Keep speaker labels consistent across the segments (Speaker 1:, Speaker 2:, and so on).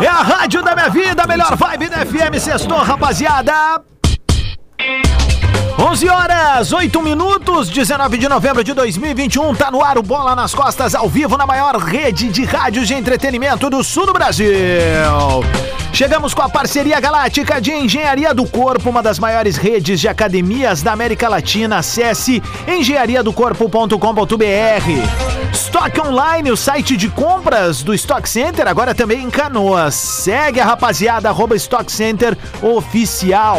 Speaker 1: É a rádio da minha vida, melhor vibe da FM. Sextou, rapaziada. 11 horas, 8 minutos, 19 de novembro de 2021, tá no ar o Bola nas Costas, ao vivo na maior rede de rádios de entretenimento do sul do Brasil. Chegamos com a parceria galáctica de Engenharia do Corpo, uma das maiores redes de academias da América Latina. Acesse engenhariadocorpo.com.br. Stock Online, o site de compras do Stock Center, agora também em Canoas. Segue a rapaziada, arroba Stock Center Oficial.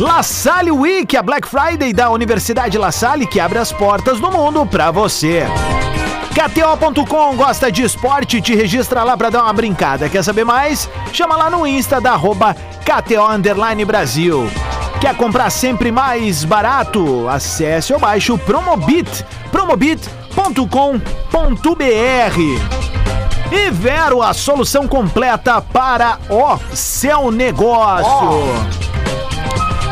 Speaker 1: La Salle Week, a Black Friday da Universidade La Salle que abre as portas do mundo para você. KTO.com gosta de esporte? Te registra lá para dar uma brincada. Quer saber mais? Chama lá no Insta da arroba KTO Underline Brasil. Quer comprar sempre mais barato? Acesse ou baixe o Promobit, promobit.com.br. E Vero, a solução completa para o seu negócio.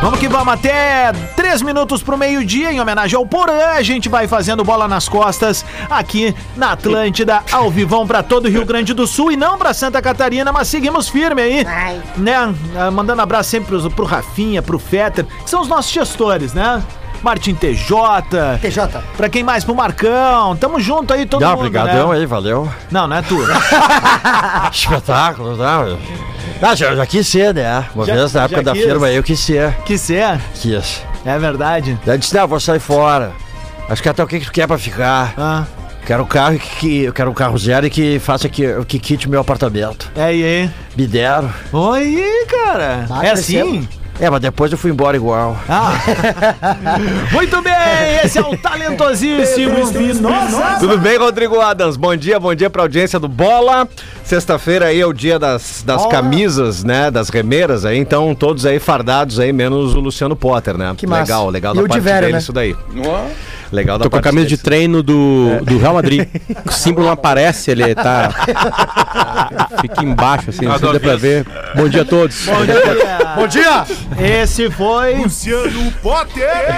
Speaker 1: Vamos que vamos até 3 minutos pro meio-dia, em homenagem ao Porã. A gente vai fazendo bola nas costas aqui na Atlântida, ao vivão pra todo o Rio Grande do Sul e não pra Santa Catarina, mas seguimos firme aí,
Speaker 2: Ai.
Speaker 1: né? Ah, Mandando abraço sempre pros- pro Rafinha, pro Fetter, que são os nossos gestores, né? Martin TJ,
Speaker 2: TJ.
Speaker 1: pra quem mais? Pro Marcão. Tamo junto aí, todo
Speaker 3: Não,
Speaker 1: mundo.
Speaker 3: brigadão
Speaker 1: né?
Speaker 3: aí, valeu.
Speaker 1: Não, não é tu.
Speaker 3: Espetáculo, não. Ah, já, já quis ser, né? Uma
Speaker 1: Já-
Speaker 3: vez na
Speaker 1: já
Speaker 3: época da
Speaker 1: quis.
Speaker 3: firma eu quis ser.
Speaker 1: que ser,
Speaker 3: Quis.
Speaker 1: é verdade.
Speaker 3: Daí eu disse, não, vou sair fora. Acho que até o que, que tu quer pra ficar?
Speaker 1: Ah,
Speaker 3: Quero um carro que, que- eu quero um carro zero e que faça que, que quite meu apartamento.
Speaker 1: é aí.
Speaker 3: Me deram.
Speaker 1: Oi, cara.
Speaker 2: Tá
Speaker 1: é
Speaker 2: crescendo.
Speaker 1: assim?
Speaker 3: É, mas depois eu fui embora igual.
Speaker 1: Ah. Muito bem, esse é o talentosíssimo.
Speaker 4: Tudo bem, Rodrigo Adams? Bom dia, bom dia pra audiência do Bola. Sexta-feira aí é o dia das, das camisas, né? Das remeiras aí, então todos aí fardados aí, menos o Luciano Potter, né?
Speaker 2: Que massa.
Speaker 4: Legal, legal
Speaker 2: E
Speaker 4: da
Speaker 2: o de
Speaker 4: parte
Speaker 2: velho,
Speaker 4: dele
Speaker 2: né?
Speaker 4: isso daí. Legal da
Speaker 5: Tô com a
Speaker 4: parte
Speaker 5: camisa de
Speaker 4: dele.
Speaker 5: treino do, do Real Madrid. O símbolo não aparece, ele tá. Fica embaixo, assim, não sei se dá pra ver. Bom dia a todos.
Speaker 1: Bom dia.
Speaker 3: Bom dia!
Speaker 1: Esse foi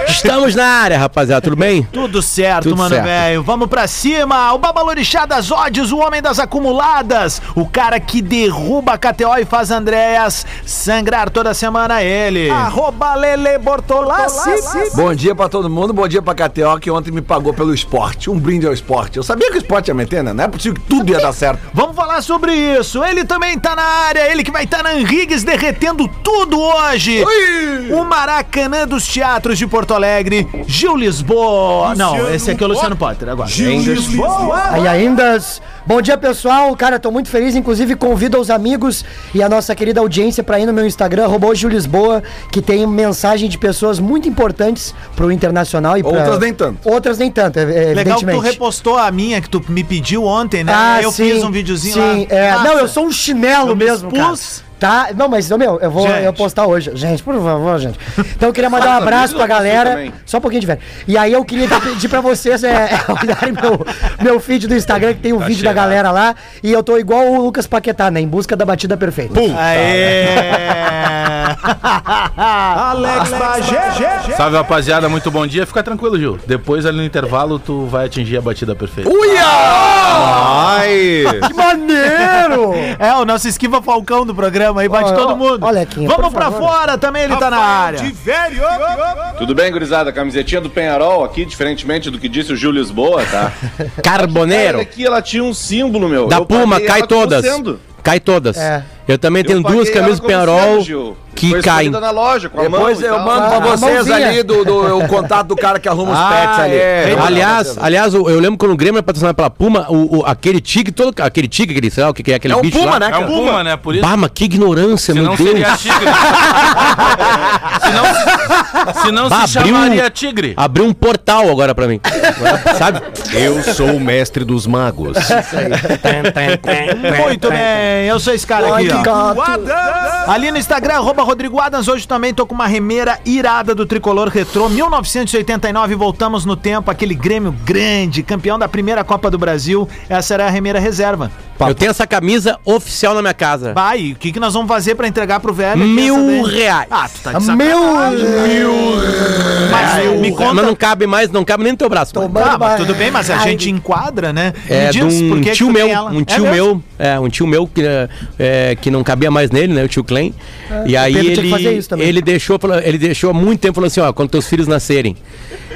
Speaker 5: Estamos na área, rapaziada, tudo bem?
Speaker 1: tudo certo,
Speaker 5: Tudo
Speaker 1: mano,
Speaker 5: certo.
Speaker 1: velho. Vamos pra cima. O babalorixá das ódios, o homem das acumuladas, o cara que derruba a KTO e faz Andréas sangrar toda semana ele. Arroba Lele Bortolassi.
Speaker 6: Bom dia pra todo mundo, bom dia pra KTO que ontem me pagou pelo esporte. Um brinde ao esporte. Eu sabia que o esporte ia meter, né? Não é possível que tudo ia dar certo.
Speaker 1: Vamos falar sobre isso. Ele também tá na área, ele que vai estar na Henrigues derretendo tudo hoje. O Maracanã dos Teatros de Porto Alegre, Gil Lisboa. Não, esse aqui é o Luciano Potter agora.
Speaker 2: Aí ainda. Bom dia, pessoal. Cara, tô muito feliz. Inclusive, convido os amigos e a nossa querida audiência pra ir no meu Instagram, Robôjo Lisboa, que tem mensagem de pessoas muito importantes pro internacional e pra...
Speaker 6: Outras nem tanto.
Speaker 2: Outras nem tanto, é- é,
Speaker 1: Legal que tu
Speaker 2: evidentemente. Ah,
Speaker 1: repostou a minha que tu me pediu ontem, né? eu fiz um videozinho
Speaker 2: sim,
Speaker 1: lá.
Speaker 2: é.
Speaker 1: Massa.
Speaker 2: Não, eu sou um chinelo
Speaker 1: Eu me
Speaker 2: mesmo,
Speaker 1: expus.
Speaker 2: cara. Tá? Não, mas, ô, meu, eu vou
Speaker 1: Gente.
Speaker 2: eu postar hoje. Gente, por favor, gente. Então eu queria mandar um abraço pra galera. Só um pouquinho de velho. E aí eu queria pedir pra vocês é, olharem meu, meu feed do Instagram, que tem um
Speaker 6: Tá
Speaker 2: vídeo da galera lá. E eu tô igual o Lucas Paquetá, né? Em busca da batida perfeita. né?
Speaker 1: Aê! Alex Bagé.
Speaker 7: Salve rapaziada, muito bom dia. Fica tranquilo, Gil. Depois ali no intervalo tu vai atingir a batida perfeita.
Speaker 4: Ai!
Speaker 2: Que maneiro!
Speaker 1: É, o nosso esquiva falcão do programa aí, bate
Speaker 2: Olha,
Speaker 1: todo mundo.
Speaker 2: olha, Quinha,
Speaker 1: Vamos
Speaker 2: por
Speaker 1: pra
Speaker 2: favor.
Speaker 1: fora também, ele tá na área.
Speaker 8: Tudo bem, gurizada? Camisetinha do Penharol aqui, diferentemente do que disse o Gil Lisboa, tá? Essa
Speaker 5: Carboneiro.
Speaker 8: aqui ela tinha um símbolo, meu.
Speaker 5: Da
Speaker 8: Eu
Speaker 5: Puma,
Speaker 8: paguei
Speaker 5: cai
Speaker 8: ela como
Speaker 5: todas.
Speaker 8: sendo.
Speaker 5: Cai todas.
Speaker 2: É.
Speaker 5: Eu também
Speaker 8: Eu
Speaker 5: tenho duas
Speaker 8: paguei
Speaker 5: camisas
Speaker 8: ela como
Speaker 5: Penarol
Speaker 8: sendo, Gil.
Speaker 5: que
Speaker 8: Foi
Speaker 5: caem.
Speaker 8: escolhida na loja com a
Speaker 6: Depois
Speaker 8: mão e
Speaker 6: eu
Speaker 8: tal.
Speaker 6: mando pra
Speaker 2: Ah,
Speaker 6: vocês
Speaker 2: mãozinha.
Speaker 6: ali do, do- o contato do cara que arruma os pets ali.
Speaker 4: é.
Speaker 6: Eu mando
Speaker 5: Aliás,
Speaker 6: pra vocês.
Speaker 5: aliás, eu eu lembro quando o Grêmio era patrocinado pela Puma, o, o- aquele tigre, todo, aquele tigre, aquele, sei lá, o que que é aquele
Speaker 6: é um
Speaker 5: bicho
Speaker 6: puma,
Speaker 5: lá.
Speaker 6: né,
Speaker 7: É um
Speaker 6: cara?
Speaker 7: Puma, né? Por isso.
Speaker 5: Bah, mas que ignorância,
Speaker 7: Senão
Speaker 5: meu Deus.
Speaker 7: seria tigre. Senão, senão
Speaker 5: Bah,
Speaker 7: se
Speaker 5: abriu um-
Speaker 7: chamaria tigre.
Speaker 5: Abriu um portal agora pra mim. Sabe?
Speaker 4: Eu sou o mestre dos magos.
Speaker 1: Muito bem, eu sou esse cara aqui, ó.
Speaker 2: gato.
Speaker 1: Ali no Instagram, arroba Rodrigo Adams. Hoje também tô com uma remeira irada do Tricolor Retrô 1989. Voltamos no tempo, aquele Grêmio grande, campeão da primeira Copa do Brasil. Essa era a remeira reserva.
Speaker 5: Eu tenho essa camisa oficial na minha casa.
Speaker 1: Vai, o que, que nós vamos fazer pra entregar pro velho? aqui essa
Speaker 5: Mil
Speaker 1: daí?
Speaker 5: reais.
Speaker 1: Ah, tu tá de sacanagem. né?
Speaker 2: Meu.
Speaker 1: Mas me conta.
Speaker 5: Ah,
Speaker 1: Tá,
Speaker 5: Mas não cabe mais, não cabe nem no teu braço. mano.
Speaker 1: Ah, mas tudo bem, mas a gente enquadra, né?
Speaker 5: É
Speaker 1: Me
Speaker 5: de
Speaker 1: diz por
Speaker 5: um
Speaker 1: que que
Speaker 5: tio
Speaker 1: tu tem
Speaker 5: meu,
Speaker 1: ela.
Speaker 5: um
Speaker 1: É
Speaker 5: tio
Speaker 1: mesmo?
Speaker 5: meu É, um tio meu que, eh, eh, que não cabia mais nele, né? O tio Klein.
Speaker 1: Ah,
Speaker 5: e aí
Speaker 2: Pedro tinha que
Speaker 5: ele,
Speaker 2: fazer isso também.
Speaker 5: ele deixou, falou- ele deixou há muito tempo falando assim, ó, quando teus filhos nascerem.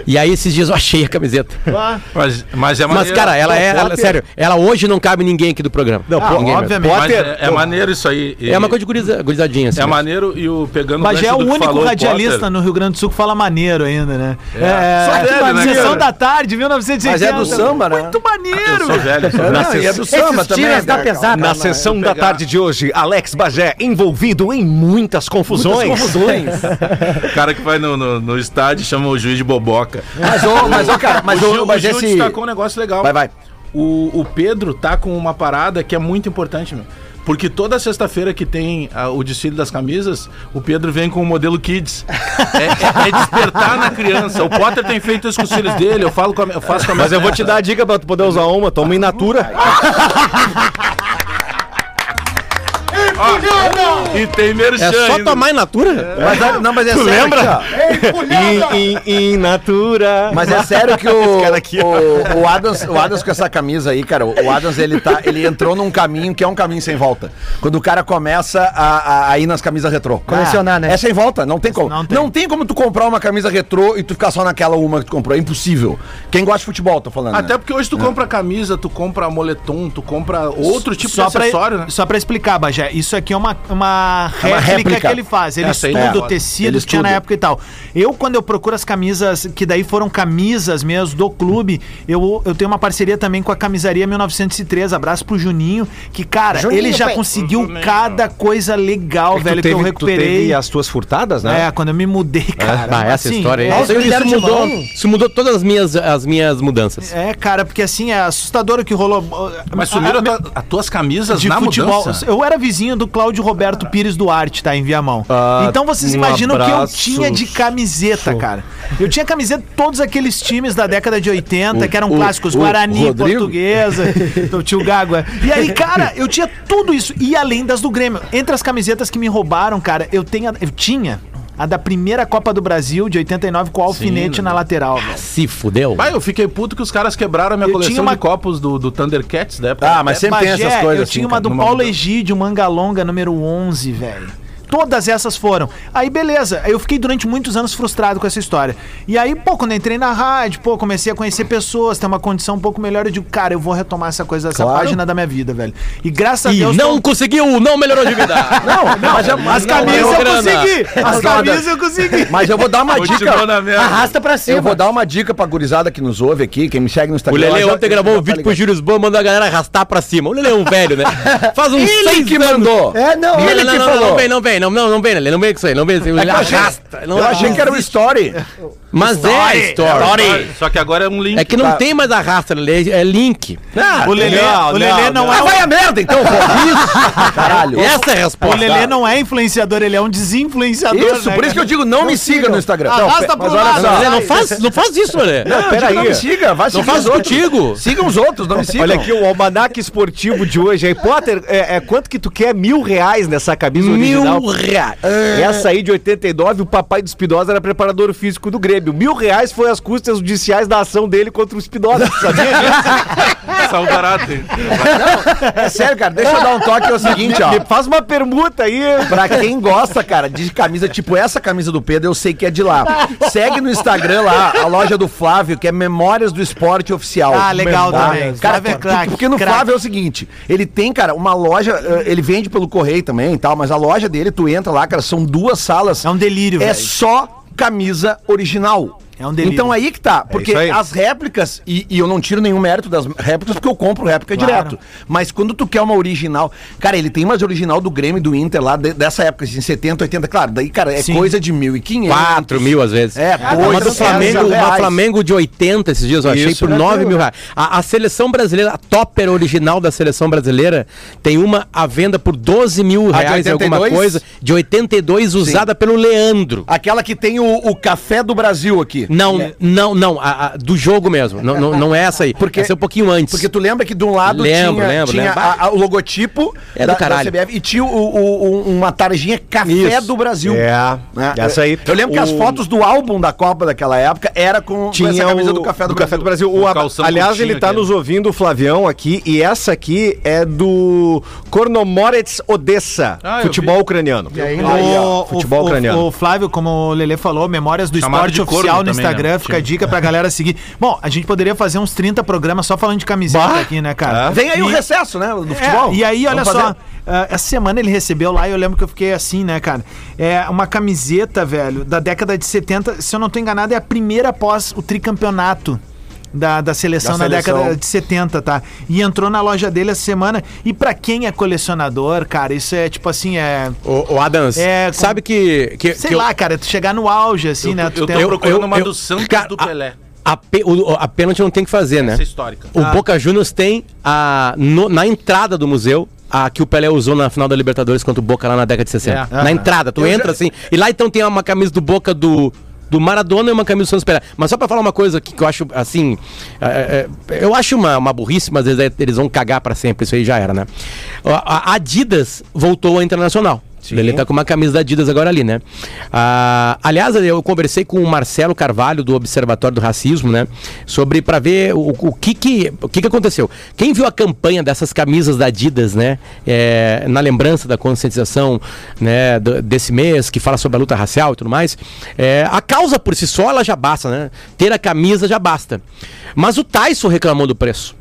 Speaker 5: E aí esses dias eu achei a camiseta.
Speaker 1: Ah,
Speaker 7: Mas, mas é
Speaker 5: Mas,
Speaker 7: maneiro.
Speaker 5: cara, ela é. ela- sério, ela hoje não cabe ninguém aqui do programa. Não,
Speaker 1: Ah, obviamente.
Speaker 7: Mas é, é maneiro isso aí. E-
Speaker 5: É uma coisa de guriza- gurizadinha, assim.
Speaker 7: É maneiro e o pegando
Speaker 1: Bagé é
Speaker 7: gancho
Speaker 1: o
Speaker 7: do que
Speaker 1: único
Speaker 7: falou o
Speaker 1: radialista
Speaker 7: Potter.
Speaker 1: no Rio Grande do Sul que fala maneiro ainda, né? É,
Speaker 6: Só deve,
Speaker 1: na
Speaker 6: né,
Speaker 1: sessão
Speaker 6: cara?
Speaker 1: da tarde, 1980.
Speaker 6: Mas é do samba, né?
Speaker 1: Muito
Speaker 7: Eu
Speaker 1: maneiro.
Speaker 7: sou velho, eu sou velho.
Speaker 6: Não, e é do samba
Speaker 2: Esses
Speaker 6: também.
Speaker 2: tiras da
Speaker 6: né,
Speaker 2: pesada.
Speaker 6: cara?
Speaker 4: Na sessão da tarde de hoje, Alex Bagé envolvido em muitas confusões.
Speaker 7: O cara que vai no, no, no estádio chama o juiz de boboca.
Speaker 6: Mas, ô, mas, ô, cara, mas,
Speaker 7: o
Speaker 6: ô,
Speaker 7: Gil,
Speaker 6: mas
Speaker 7: o Gil
Speaker 6: esse...
Speaker 7: destacou um negócio legal.
Speaker 6: Vai, vai.
Speaker 7: O, o Pedro tá com uma parada que é muito importante, meu. Porque toda sexta-feira que tem ah, o desfile das camisas, o Pedro vem com o modelo Kids. É, é- é despertar na criança. O Potter tem feito isso com os filhos dele, eu, falo com a minha- eu faço com a minha
Speaker 4: Mas eu vou
Speaker 7: neta.
Speaker 4: te dar a dica pra tu poder usar uma, toma in natura.
Speaker 7: E tem merchan
Speaker 5: É só
Speaker 7: ainda.
Speaker 5: tomar in natura?
Speaker 6: Mas, é- não, mas é
Speaker 4: Tu
Speaker 6: sério
Speaker 4: lembra?
Speaker 6: que, ó,
Speaker 4: In, in- in natura.
Speaker 6: Mas é sério que o,
Speaker 4: Esse cara aqui,
Speaker 6: o, o Adams, o Adams com essa camisa aí, cara, o Adams ele, tá, ele entrou num caminho que é um caminho sem volta. Quando o cara começa a, a- a ir nas camisas retrô.
Speaker 5: Ah,
Speaker 2: Colecionar, né?
Speaker 6: É sem volta, não tem como.
Speaker 1: Não
Speaker 6: Não
Speaker 1: tem.
Speaker 6: tem. como tu comprar uma camisa retrô e tu ficar só naquela uma que tu comprou, é impossível. Quem gosta de futebol, tô falando.
Speaker 7: Até
Speaker 6: né?
Speaker 7: porque hoje tu compra camisa, tu compra moletom, tu compra outro tipo
Speaker 1: só
Speaker 7: de acessório,
Speaker 1: pra,
Speaker 7: né?
Speaker 1: Só pra explicar, Bagé, isso aqui é uma, uma,
Speaker 6: É uma
Speaker 1: réplica,
Speaker 6: réplica.
Speaker 1: que ele faz. Ele
Speaker 7: Essa aí
Speaker 1: estuda
Speaker 7: é
Speaker 1: o
Speaker 7: foda.
Speaker 1: tecido
Speaker 6: Ele
Speaker 1: que tinha na
Speaker 6: estuda.
Speaker 1: época e tal. Eu, quando eu procuro as camisas, que daí foram camisas mesmo do clube, eu, eu tenho uma parceria também com a Camisaria 1903. Abraço pro Juninho, que, cara,
Speaker 2: Juninho,
Speaker 1: ele já
Speaker 2: pai.
Speaker 1: conseguiu cada coisa legal,
Speaker 3: É
Speaker 4: Tu
Speaker 1: velho, que eu
Speaker 4: teve- tu
Speaker 1: recuperei.
Speaker 4: teve as tuas furtadas, né?
Speaker 1: É, quando eu me mudei, cara.
Speaker 5: Bah, essa
Speaker 1: Assim,
Speaker 5: história aí.
Speaker 2: é,
Speaker 5: Isso-
Speaker 2: eles deram
Speaker 5: isso,
Speaker 2: de
Speaker 5: mudou,
Speaker 2: mão.
Speaker 5: Então, isso mudou todas as minhas, as minhas mudanças.
Speaker 1: É, cara, porque assim, é assustador o que rolou.
Speaker 7: Mas
Speaker 1: A- a-
Speaker 7: sumiram as tua- Ah, as tuas camisas
Speaker 1: de
Speaker 7: na
Speaker 1: futebol.
Speaker 7: mudança.
Speaker 1: Eu era vizinho do Cláudio Roberto Pires Duarte, tá? Em Viamão.
Speaker 4: Ah,
Speaker 1: então vocês
Speaker 4: um
Speaker 1: imaginam o que eu
Speaker 4: abraço.
Speaker 1: tinha de camiseta, cara. Eu tinha camiseta de todos aqueles times da década de 80, que eram clássicos Guarani, Portuguesa, o tio Gágua. E aí, cara, eu tinha tudo isso. E além das do Grêmio. Entre as camisetas que me roubaram, cara, eu, tenho, a- eu tinha a da primeira Copa do Brasil, de 89, com o alfinete
Speaker 4: né?
Speaker 1: na lateral. velho.
Speaker 6: É.
Speaker 5: Se fudeu.
Speaker 7: Pai, eu fiquei puto que os caras quebraram a minha
Speaker 1: Eu tinha
Speaker 7: coleção
Speaker 1: uma-
Speaker 7: de copos do, do Thundercats da época.
Speaker 6: Ah, mas sempre tem
Speaker 1: Bagé,
Speaker 6: essas coisas
Speaker 1: é, Eu
Speaker 6: assim,
Speaker 1: tinha uma
Speaker 6: cara,
Speaker 1: do
Speaker 7: numa
Speaker 1: Paulo
Speaker 7: mudança.
Speaker 1: Egídio, manga longa, número 11, velho. Todas essas foram. Aí, beleza. Eu fiquei durante muitos anos frustrado com essa história. E aí, pô, quando eu entrei na rádio, pô, comecei a conhecer pessoas, ter uma condição um pouco melhor. Eu digo, cara, eu vou retomar essa coisa, essa
Speaker 6: Claro.
Speaker 1: página da minha vida, velho. E graças
Speaker 5: E
Speaker 1: a Deus.
Speaker 5: não conseguiu, não melhorou de vida.
Speaker 6: Não, mas, eu-
Speaker 1: As
Speaker 6: mas
Speaker 1: camisas
Speaker 5: não,
Speaker 1: eu
Speaker 5: grana.
Speaker 1: consegui! As camisas eu consegui!
Speaker 6: Mas eu vou dar uma dica.
Speaker 7: Continuou na merda.
Speaker 2: Arrasta pra cima.
Speaker 6: Eu vou dar uma dica pra gurizada que nos ouve aqui, quem me segue no
Speaker 5: O
Speaker 6: Instagram.
Speaker 5: Lele
Speaker 6: ela já-
Speaker 5: ontem gravou
Speaker 6: já
Speaker 5: um
Speaker 6: tá
Speaker 5: vídeo pro
Speaker 6: ligada.
Speaker 5: Júlio Bom, mandou a galera arrastar pra cima. O Lele é um velho, né? Faz uns
Speaker 6: Ele
Speaker 5: seis
Speaker 6: que
Speaker 5: anos.
Speaker 6: mandou.
Speaker 2: É, não,
Speaker 5: Não,
Speaker 6: Ele
Speaker 5: não,
Speaker 6: que
Speaker 5: não, não,
Speaker 6: falou.
Speaker 5: não vem, não vem, não, não, não vem, Lele, não vem com isso aí, não vem com isso aí. Ele
Speaker 6: É Eu achei-
Speaker 5: arrasta. não-
Speaker 6: Eu achei que era um story.
Speaker 5: Mas é a história.
Speaker 7: Sorry. Só que agora é um link.
Speaker 5: É que não
Speaker 6: Tá.
Speaker 5: tem mais arrasta, Lele, é link.
Speaker 1: O Lelê, o Lelê não, é.
Speaker 6: Ah,
Speaker 1: um-
Speaker 6: vai a merda então, pô. Isso. Caralho.
Speaker 5: Essa é a
Speaker 1: O
Speaker 5: resposta.
Speaker 1: Lelê não é influenciador, ele é um desinfluenciador.
Speaker 6: Isso,
Speaker 1: né,
Speaker 6: por isso que eu
Speaker 1: cara?
Speaker 6: digo, não, me siga no Instagram.
Speaker 1: Arrasta
Speaker 6: pe- mas
Speaker 1: pro
Speaker 6: olha
Speaker 1: lado.
Speaker 6: só.
Speaker 5: Lelê, não faz, não faz isso, Lelê.
Speaker 6: é Não, peraí. Não me siga, vai
Speaker 5: Não
Speaker 6: seguir
Speaker 5: faz
Speaker 6: os outros.
Speaker 5: contigo.
Speaker 6: Sigam os outros, não me sigam.
Speaker 4: Olha aqui, o almanac esportivo de hoje. Aí, Potter, é, é quanto que tu quer? Mil reais nessa camisa original?
Speaker 5: Mil reais.
Speaker 4: Essa aí de 89, o papai do Espinosa era preparador físico do Grêmio. Mil reais foi as custas judiciais da ação dele contra o Espinosa, sabia?
Speaker 7: Só o caráter.
Speaker 6: É sério, cara, deixa eu dar um toque, é o seguinte, ó.
Speaker 4: Me faz uma permuta aí.
Speaker 6: Pra quem gosta, cara, de camisa, tipo essa camisa do Pedro, eu sei que é de lá. Segue no Instagram lá, a loja do Flávio, que é Memórias do Esporte Oficial.
Speaker 1: Ah, legal
Speaker 6: Tá?
Speaker 1: também.
Speaker 6: Cara,
Speaker 1: Flávio é
Speaker 6: porque-
Speaker 1: craque,
Speaker 6: porque no
Speaker 1: craque.
Speaker 6: Flávio é o seguinte, ele tem, cara, uma loja, eh, ele vende pelo correio também e tal, mas a loja dele, tu entra lá, cara, são duas salas.
Speaker 1: É um delírio,
Speaker 6: É
Speaker 1: velho.
Speaker 6: só camisa original.
Speaker 1: É um delírio.
Speaker 6: Então aí que tá, porque
Speaker 4: isso aí.
Speaker 6: as réplicas, e, e eu não tiro nenhum mérito das réplicas, porque eu compro réplica
Speaker 1: Claro.
Speaker 6: direto. Mas quando tu quer uma original. Cara, ele tem umas original do Grêmio e do Inter lá de- dessa época, assim, 70, 80. Claro, daí, cara, é
Speaker 1: Sim.
Speaker 6: coisa de 1.500.
Speaker 5: 4 mil às vezes. Ah,
Speaker 6: É,
Speaker 5: Uma do
Speaker 6: dois,
Speaker 5: Flamengo,
Speaker 6: reais.
Speaker 5: uma Flamengo de 80 esses dias, eu achei, por 9 mil reais. A, a seleção brasileira, a topper original da seleção brasileira, tem uma à venda por 12 mil
Speaker 6: de
Speaker 5: reais, alguma
Speaker 6: 82?
Speaker 5: coisa, de 82, usada pelo Leandro.
Speaker 6: Aquela que tem o, o Café do Brasil aqui.
Speaker 5: Não, não, não, a- a- do jogo mesmo. Não, não, não é essa aí. Porque essa é um pouquinho antes.
Speaker 6: Porque tu lembra que de um lado
Speaker 5: Lembro,
Speaker 6: tinha,
Speaker 5: lembro,
Speaker 6: tinha
Speaker 5: lembro.
Speaker 6: a- a- o logotipo
Speaker 5: É do caralho.
Speaker 6: CBF e tinha o- o- o- uma tarjinha Café do Brasil.
Speaker 4: É,
Speaker 6: né?
Speaker 4: essa aí.
Speaker 6: Eu lembro que as
Speaker 4: O-
Speaker 6: fotos do álbum da Copa daquela época era com, com
Speaker 4: tinha
Speaker 6: essa camisa
Speaker 4: o,
Speaker 6: do Café do, Brasil.
Speaker 4: O
Speaker 7: Um
Speaker 4: Ab-
Speaker 7: calção
Speaker 4: aliás,
Speaker 7: curtinho
Speaker 4: ele tá
Speaker 7: aquele.
Speaker 4: nos ouvindo, o Flavião, aqui, e essa aqui é do Kornomorets Odessa,
Speaker 7: Ah, eu
Speaker 4: futebol
Speaker 7: vi.
Speaker 4: ucraniano.
Speaker 1: O,
Speaker 4: futebol
Speaker 1: o-
Speaker 4: ucraniano.
Speaker 1: o Flávio, como o Lelê falou, Memórias do
Speaker 7: Chamado de
Speaker 1: Esporte
Speaker 7: corno
Speaker 1: Oficial no
Speaker 7: também,
Speaker 1: Instagram,
Speaker 7: né?
Speaker 1: fica a dica pra galera seguir. Bom, a gente poderia fazer uns 30 programas só falando de camiseta aqui, né,
Speaker 4: É.
Speaker 1: cara?
Speaker 6: É. Vem aí o
Speaker 1: E-
Speaker 6: recesso, né? Do
Speaker 1: É,
Speaker 6: futebol.
Speaker 1: e aí, olha
Speaker 6: Vamos
Speaker 1: só,
Speaker 6: fazer?
Speaker 1: ah, essa semana ele recebeu lá e eu lembro que eu fiquei assim, né, cara? É uma camiseta, velho, da década de 70, se eu não tô enganado, é a primeira após o tricampeonato. Da, da seleção
Speaker 6: Da
Speaker 1: na
Speaker 6: seleção.
Speaker 1: década de 70, tá? E entrou na loja dele essa semana. E pra quem é colecionador, cara, isso é tipo assim, é.
Speaker 5: O, Adams,
Speaker 1: É, como-
Speaker 5: sabe que. que
Speaker 1: Sei
Speaker 5: que eu-
Speaker 1: lá, cara, tu chegar no auge, assim, né? Tu
Speaker 7: eu
Speaker 1: tem-
Speaker 7: tô um procurando uma
Speaker 5: eu-
Speaker 7: do Santos
Speaker 5: cara,
Speaker 7: do
Speaker 5: a-
Speaker 7: Pelé.
Speaker 5: A, pe- o- a pênalti não tem que fazer, né?
Speaker 7: Essa é histórica.
Speaker 5: O Boca Juniors tem a, no- na entrada do museu a que o Pelé usou na final da Libertadores contra o Boca lá na década de 60. Na entrada, tu entra assim. E lá então tem uma camisa do Boca do. Do Maradona e uma camisa do Santos Pelé. Mas só pra falar uma coisa que, que eu acho, assim. é, é, eu acho uma, uma burrice, mas eles, eles vão cagar pra sempre. Isso aí já era, né? A a Adidas voltou à internacional. Ele tá com uma camisa da Adidas agora ali, né? Ah, aliás, eu conversei com o Marcelo Carvalho do Observatório do Racismo, né? Sobre pra ver o, o que que o que que aconteceu. Quem viu a campanha dessas camisas da Adidas, né? É, na lembrança da conscientização, né? do- desse mês que fala sobre a luta racial e tudo mais. é, a causa por si só ela já basta, né? Ter a camisa já basta. Mas o Tyson reclamou do preço.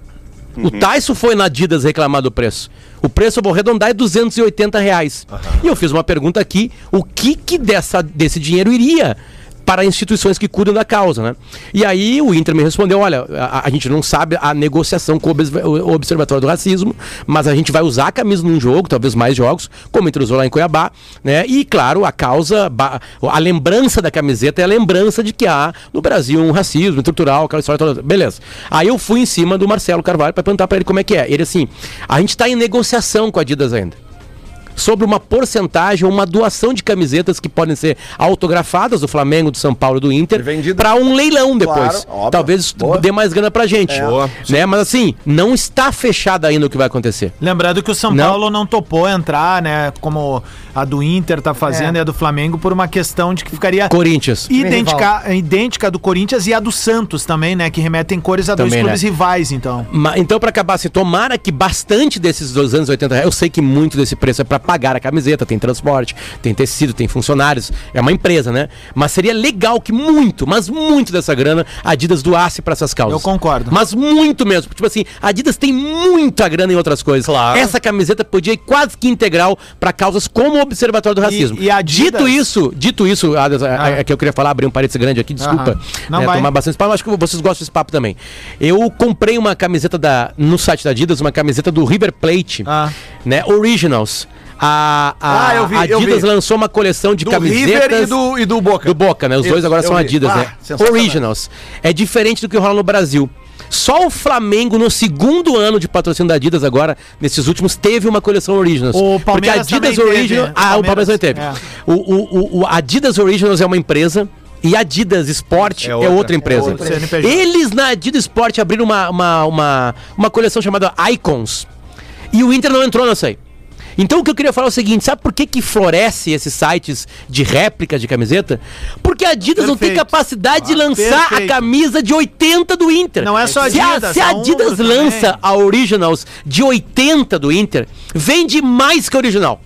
Speaker 5: O Tyson foi na Adidas reclamar do preço. O preço, eu vou arredondar, é 280 reais. E eu fiz uma pergunta aqui, o que que dessa, desse dinheiro iria para instituições que cuidam da causa, né? E aí o Inter me respondeu, olha, a, a gente não sabe a negociação com o obs- o Observatório do Racismo, mas a gente vai usar a camisa num jogo, talvez mais jogos, como o Inter usou lá em Cuiabá, né? E, claro, a causa, ba- a lembrança da camiseta é a lembrança de que há no Brasil um racismo estrutural, aquela história toda. Beleza. Aí eu fui em cima do Marcelo Carvalho para perguntar para ele como é que é. Ele assim, a gente está em negociação com a Adidas ainda. Sobre uma porcentagem, uma doação de camisetas que podem ser autografadas do Flamengo, do São Paulo, do Inter, para um leilão depois.
Speaker 6: óbvio.
Speaker 5: Talvez isso dê mais grana pra gente. Né? Mas assim, não está fechado ainda o que vai acontecer.
Speaker 1: Lembrando que o São
Speaker 5: Não.
Speaker 1: Paulo não topou entrar, né? Como a do Inter tá fazendo
Speaker 5: É.
Speaker 1: e a do Flamengo, por uma questão de que ficaria
Speaker 5: Corinthians.
Speaker 1: idêntica, idêntica à do Corinthians e a do Santos também, né? Que remetem cores a dois
Speaker 5: Também,
Speaker 1: clubes
Speaker 5: né?
Speaker 1: rivais, então.
Speaker 5: Ma- Então, pra acabar assim, tomara que bastante desses 280 reais, eu sei que muito desse preço é pra pagar a camiseta, tem transporte, tem tecido, tem funcionários, é uma empresa, né? Mas seria legal que muito, mas muito dessa grana, a Adidas doasse pra essas causas.
Speaker 1: Eu concordo.
Speaker 5: Mas muito mesmo. Tipo assim, a Adidas tem muita grana em outras coisas. Claro. Essa camiseta podia ir quase que integral pra causas como o Observatório do Racismo.
Speaker 1: e a Adidas-
Speaker 5: Dito isso, dito isso, Adas, a- a-
Speaker 1: Ah.
Speaker 5: a- que eu queria falar, abrir um parênteses grande aqui, desculpa.
Speaker 1: Aham. Não
Speaker 5: né,
Speaker 1: vai.
Speaker 5: tomar bastante papo, acho que vocês gostam desse papo também. Eu comprei uma camiseta da, no site da Adidas, uma camiseta do River Plate,
Speaker 1: Ah.
Speaker 5: né? Originals. A, a
Speaker 6: Ah, eu vi,
Speaker 5: a
Speaker 6: eu
Speaker 5: Adidas
Speaker 6: vi.
Speaker 5: lançou uma coleção de
Speaker 6: Do
Speaker 5: camisetas
Speaker 6: River e do, e do Boca.
Speaker 5: do Boca, né? Os
Speaker 6: Isso,
Speaker 5: dois agora
Speaker 6: eu
Speaker 5: são
Speaker 6: vi.
Speaker 5: Adidas,
Speaker 6: Ah,
Speaker 5: né?
Speaker 6: sensacional.
Speaker 5: Originals. É diferente do que rola no Brasil. Só o Flamengo, no segundo ano de patrocínio da Adidas agora, nesses últimos, teve uma coleção Originals.
Speaker 1: O
Speaker 5: Porque a
Speaker 1: Palmeiras
Speaker 5: Adidas
Speaker 1: também teve,
Speaker 5: Originals...
Speaker 1: né?
Speaker 5: Ah, o Palmeiras não teve.
Speaker 1: É.
Speaker 5: O, o, o, o Adidas Originals é uma empresa... E a Adidas Sport é outra, empresa.
Speaker 1: outra. CNPJ.
Speaker 5: Eles na Adidas Sport abriram uma, uma, uma, uma coleção chamada Icons. E o Inter não entrou nessa aí. Então o que eu queria falar é o seguinte, sabe por que que floresce esses sites de réplica de camiseta? Porque a Adidas não tem
Speaker 1: Perfeito. Ah,
Speaker 5: capacidade de lançar
Speaker 1: perfeito.
Speaker 5: a camisa de 80 do Inter.
Speaker 1: Não é só
Speaker 5: se
Speaker 1: Adidas,
Speaker 5: A, se a
Speaker 1: são
Speaker 5: Adidas
Speaker 1: outros
Speaker 5: lança
Speaker 1: também.
Speaker 5: a Originals de 80 do Inter, vende mais que a original.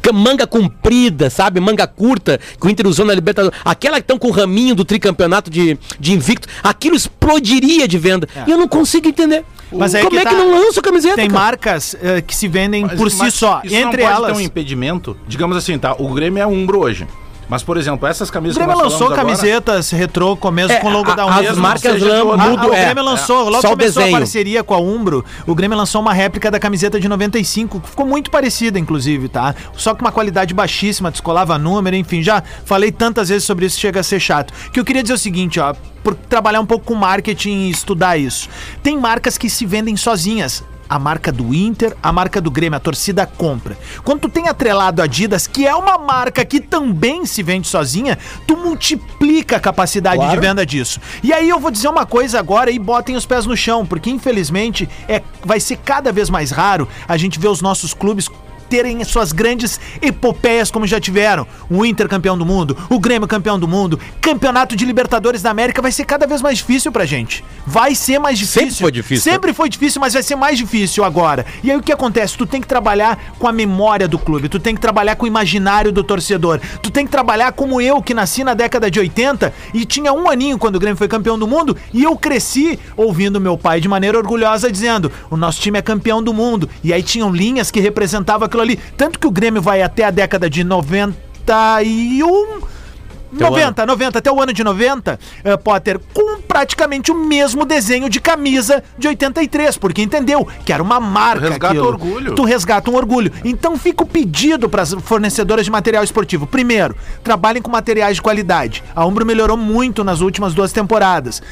Speaker 5: Que Manga comprida, sabe? Manga curta, que o Inter usou na Libertadores. Aquela que estão com o raminho do tricampeonato de, de invicto. Aquilo explodiria de venda. E eu não consigo entender.
Speaker 1: É. Mas aí
Speaker 5: Como
Speaker 1: que
Speaker 5: é
Speaker 1: tá.
Speaker 5: que não lança a camiseta?
Speaker 1: Tem
Speaker 5: cara?
Speaker 1: marcas eh, que se vendem
Speaker 7: Mas-
Speaker 1: por si
Speaker 7: mas
Speaker 1: só.
Speaker 7: isso
Speaker 1: Entre
Speaker 7: não pode
Speaker 1: elas.
Speaker 7: ter um impedimento. Digamos assim, tá? O Grêmio é umbro hoje. Mas, por exemplo, essas
Speaker 1: O
Speaker 7: camisas
Speaker 1: Grêmio
Speaker 7: nós
Speaker 1: lançou
Speaker 7: falamos agora-
Speaker 1: camisetas retrô, começo
Speaker 5: É,
Speaker 1: com o logo
Speaker 5: a-
Speaker 1: da
Speaker 5: as
Speaker 1: Umbro.
Speaker 5: marcas
Speaker 1: Ou seja,
Speaker 5: lã-
Speaker 1: a- a-
Speaker 5: mudam,
Speaker 1: Ah, O
Speaker 5: é,
Speaker 1: Grêmio lançou, logo
Speaker 5: só o
Speaker 1: começou a
Speaker 5: desenho.
Speaker 1: parceria com a Umbro. O Grêmio lançou uma réplica da camiseta de 95, que ficou muito parecida, inclusive, tá? Só com uma qualidade baixíssima, descolava número, enfim. Já falei tantas vezes sobre isso, chega a ser chato. Que eu queria dizer é o seguinte, ó. Por trabalhar um pouco com marketing e estudar isso. Tem marcas que se vendem sozinhas. A a marca do Inter, a marca do Grêmio, a torcida compra. Quando tu tem atrelado a Adidas, que é uma marca que também se vende sozinha, tu multiplica a capacidade de venda disso. E aí eu vou dizer uma coisa agora e botem os pés no chão, porque infelizmente é, vai ser cada vez mais raro a gente ver os nossos clubes terem suas grandes epopeias como já tiveram. O Inter campeão do mundo, o Grêmio campeão do mundo, campeonato de Libertadores da América vai ser cada vez mais difícil pra gente. Vai ser mais difícil.
Speaker 5: Sempre foi difícil, né?
Speaker 1: Sempre foi difícil, mas vai ser mais difícil agora. E aí o que acontece? Tu tem que trabalhar com a memória do clube, tu tem que trabalhar com o imaginário do torcedor, tu tem que trabalhar como eu que nasci na década de 80 e tinha um aninho quando o Grêmio foi campeão do mundo e eu cresci ouvindo meu pai de maneira orgulhosa dizendo: o nosso time é campeão do mundo. E aí tinham linhas que representavam aquilo ali. Tanto que o Grêmio vai até a década de 91.
Speaker 5: Até o
Speaker 1: 90, 90, até o ano de 90, eh, Potter, com praticamente o mesmo desenho de camisa de 83, porque entendeu que era uma marca.
Speaker 7: Resgata
Speaker 1: aquilo.
Speaker 7: o orgulho.
Speaker 1: Tu resgata um orgulho. Então fica o pedido para as fornecedoras de material esportivo. Primeiro, trabalhem com materiais de qualidade. A Umbro melhorou muito nas últimas duas temporadas.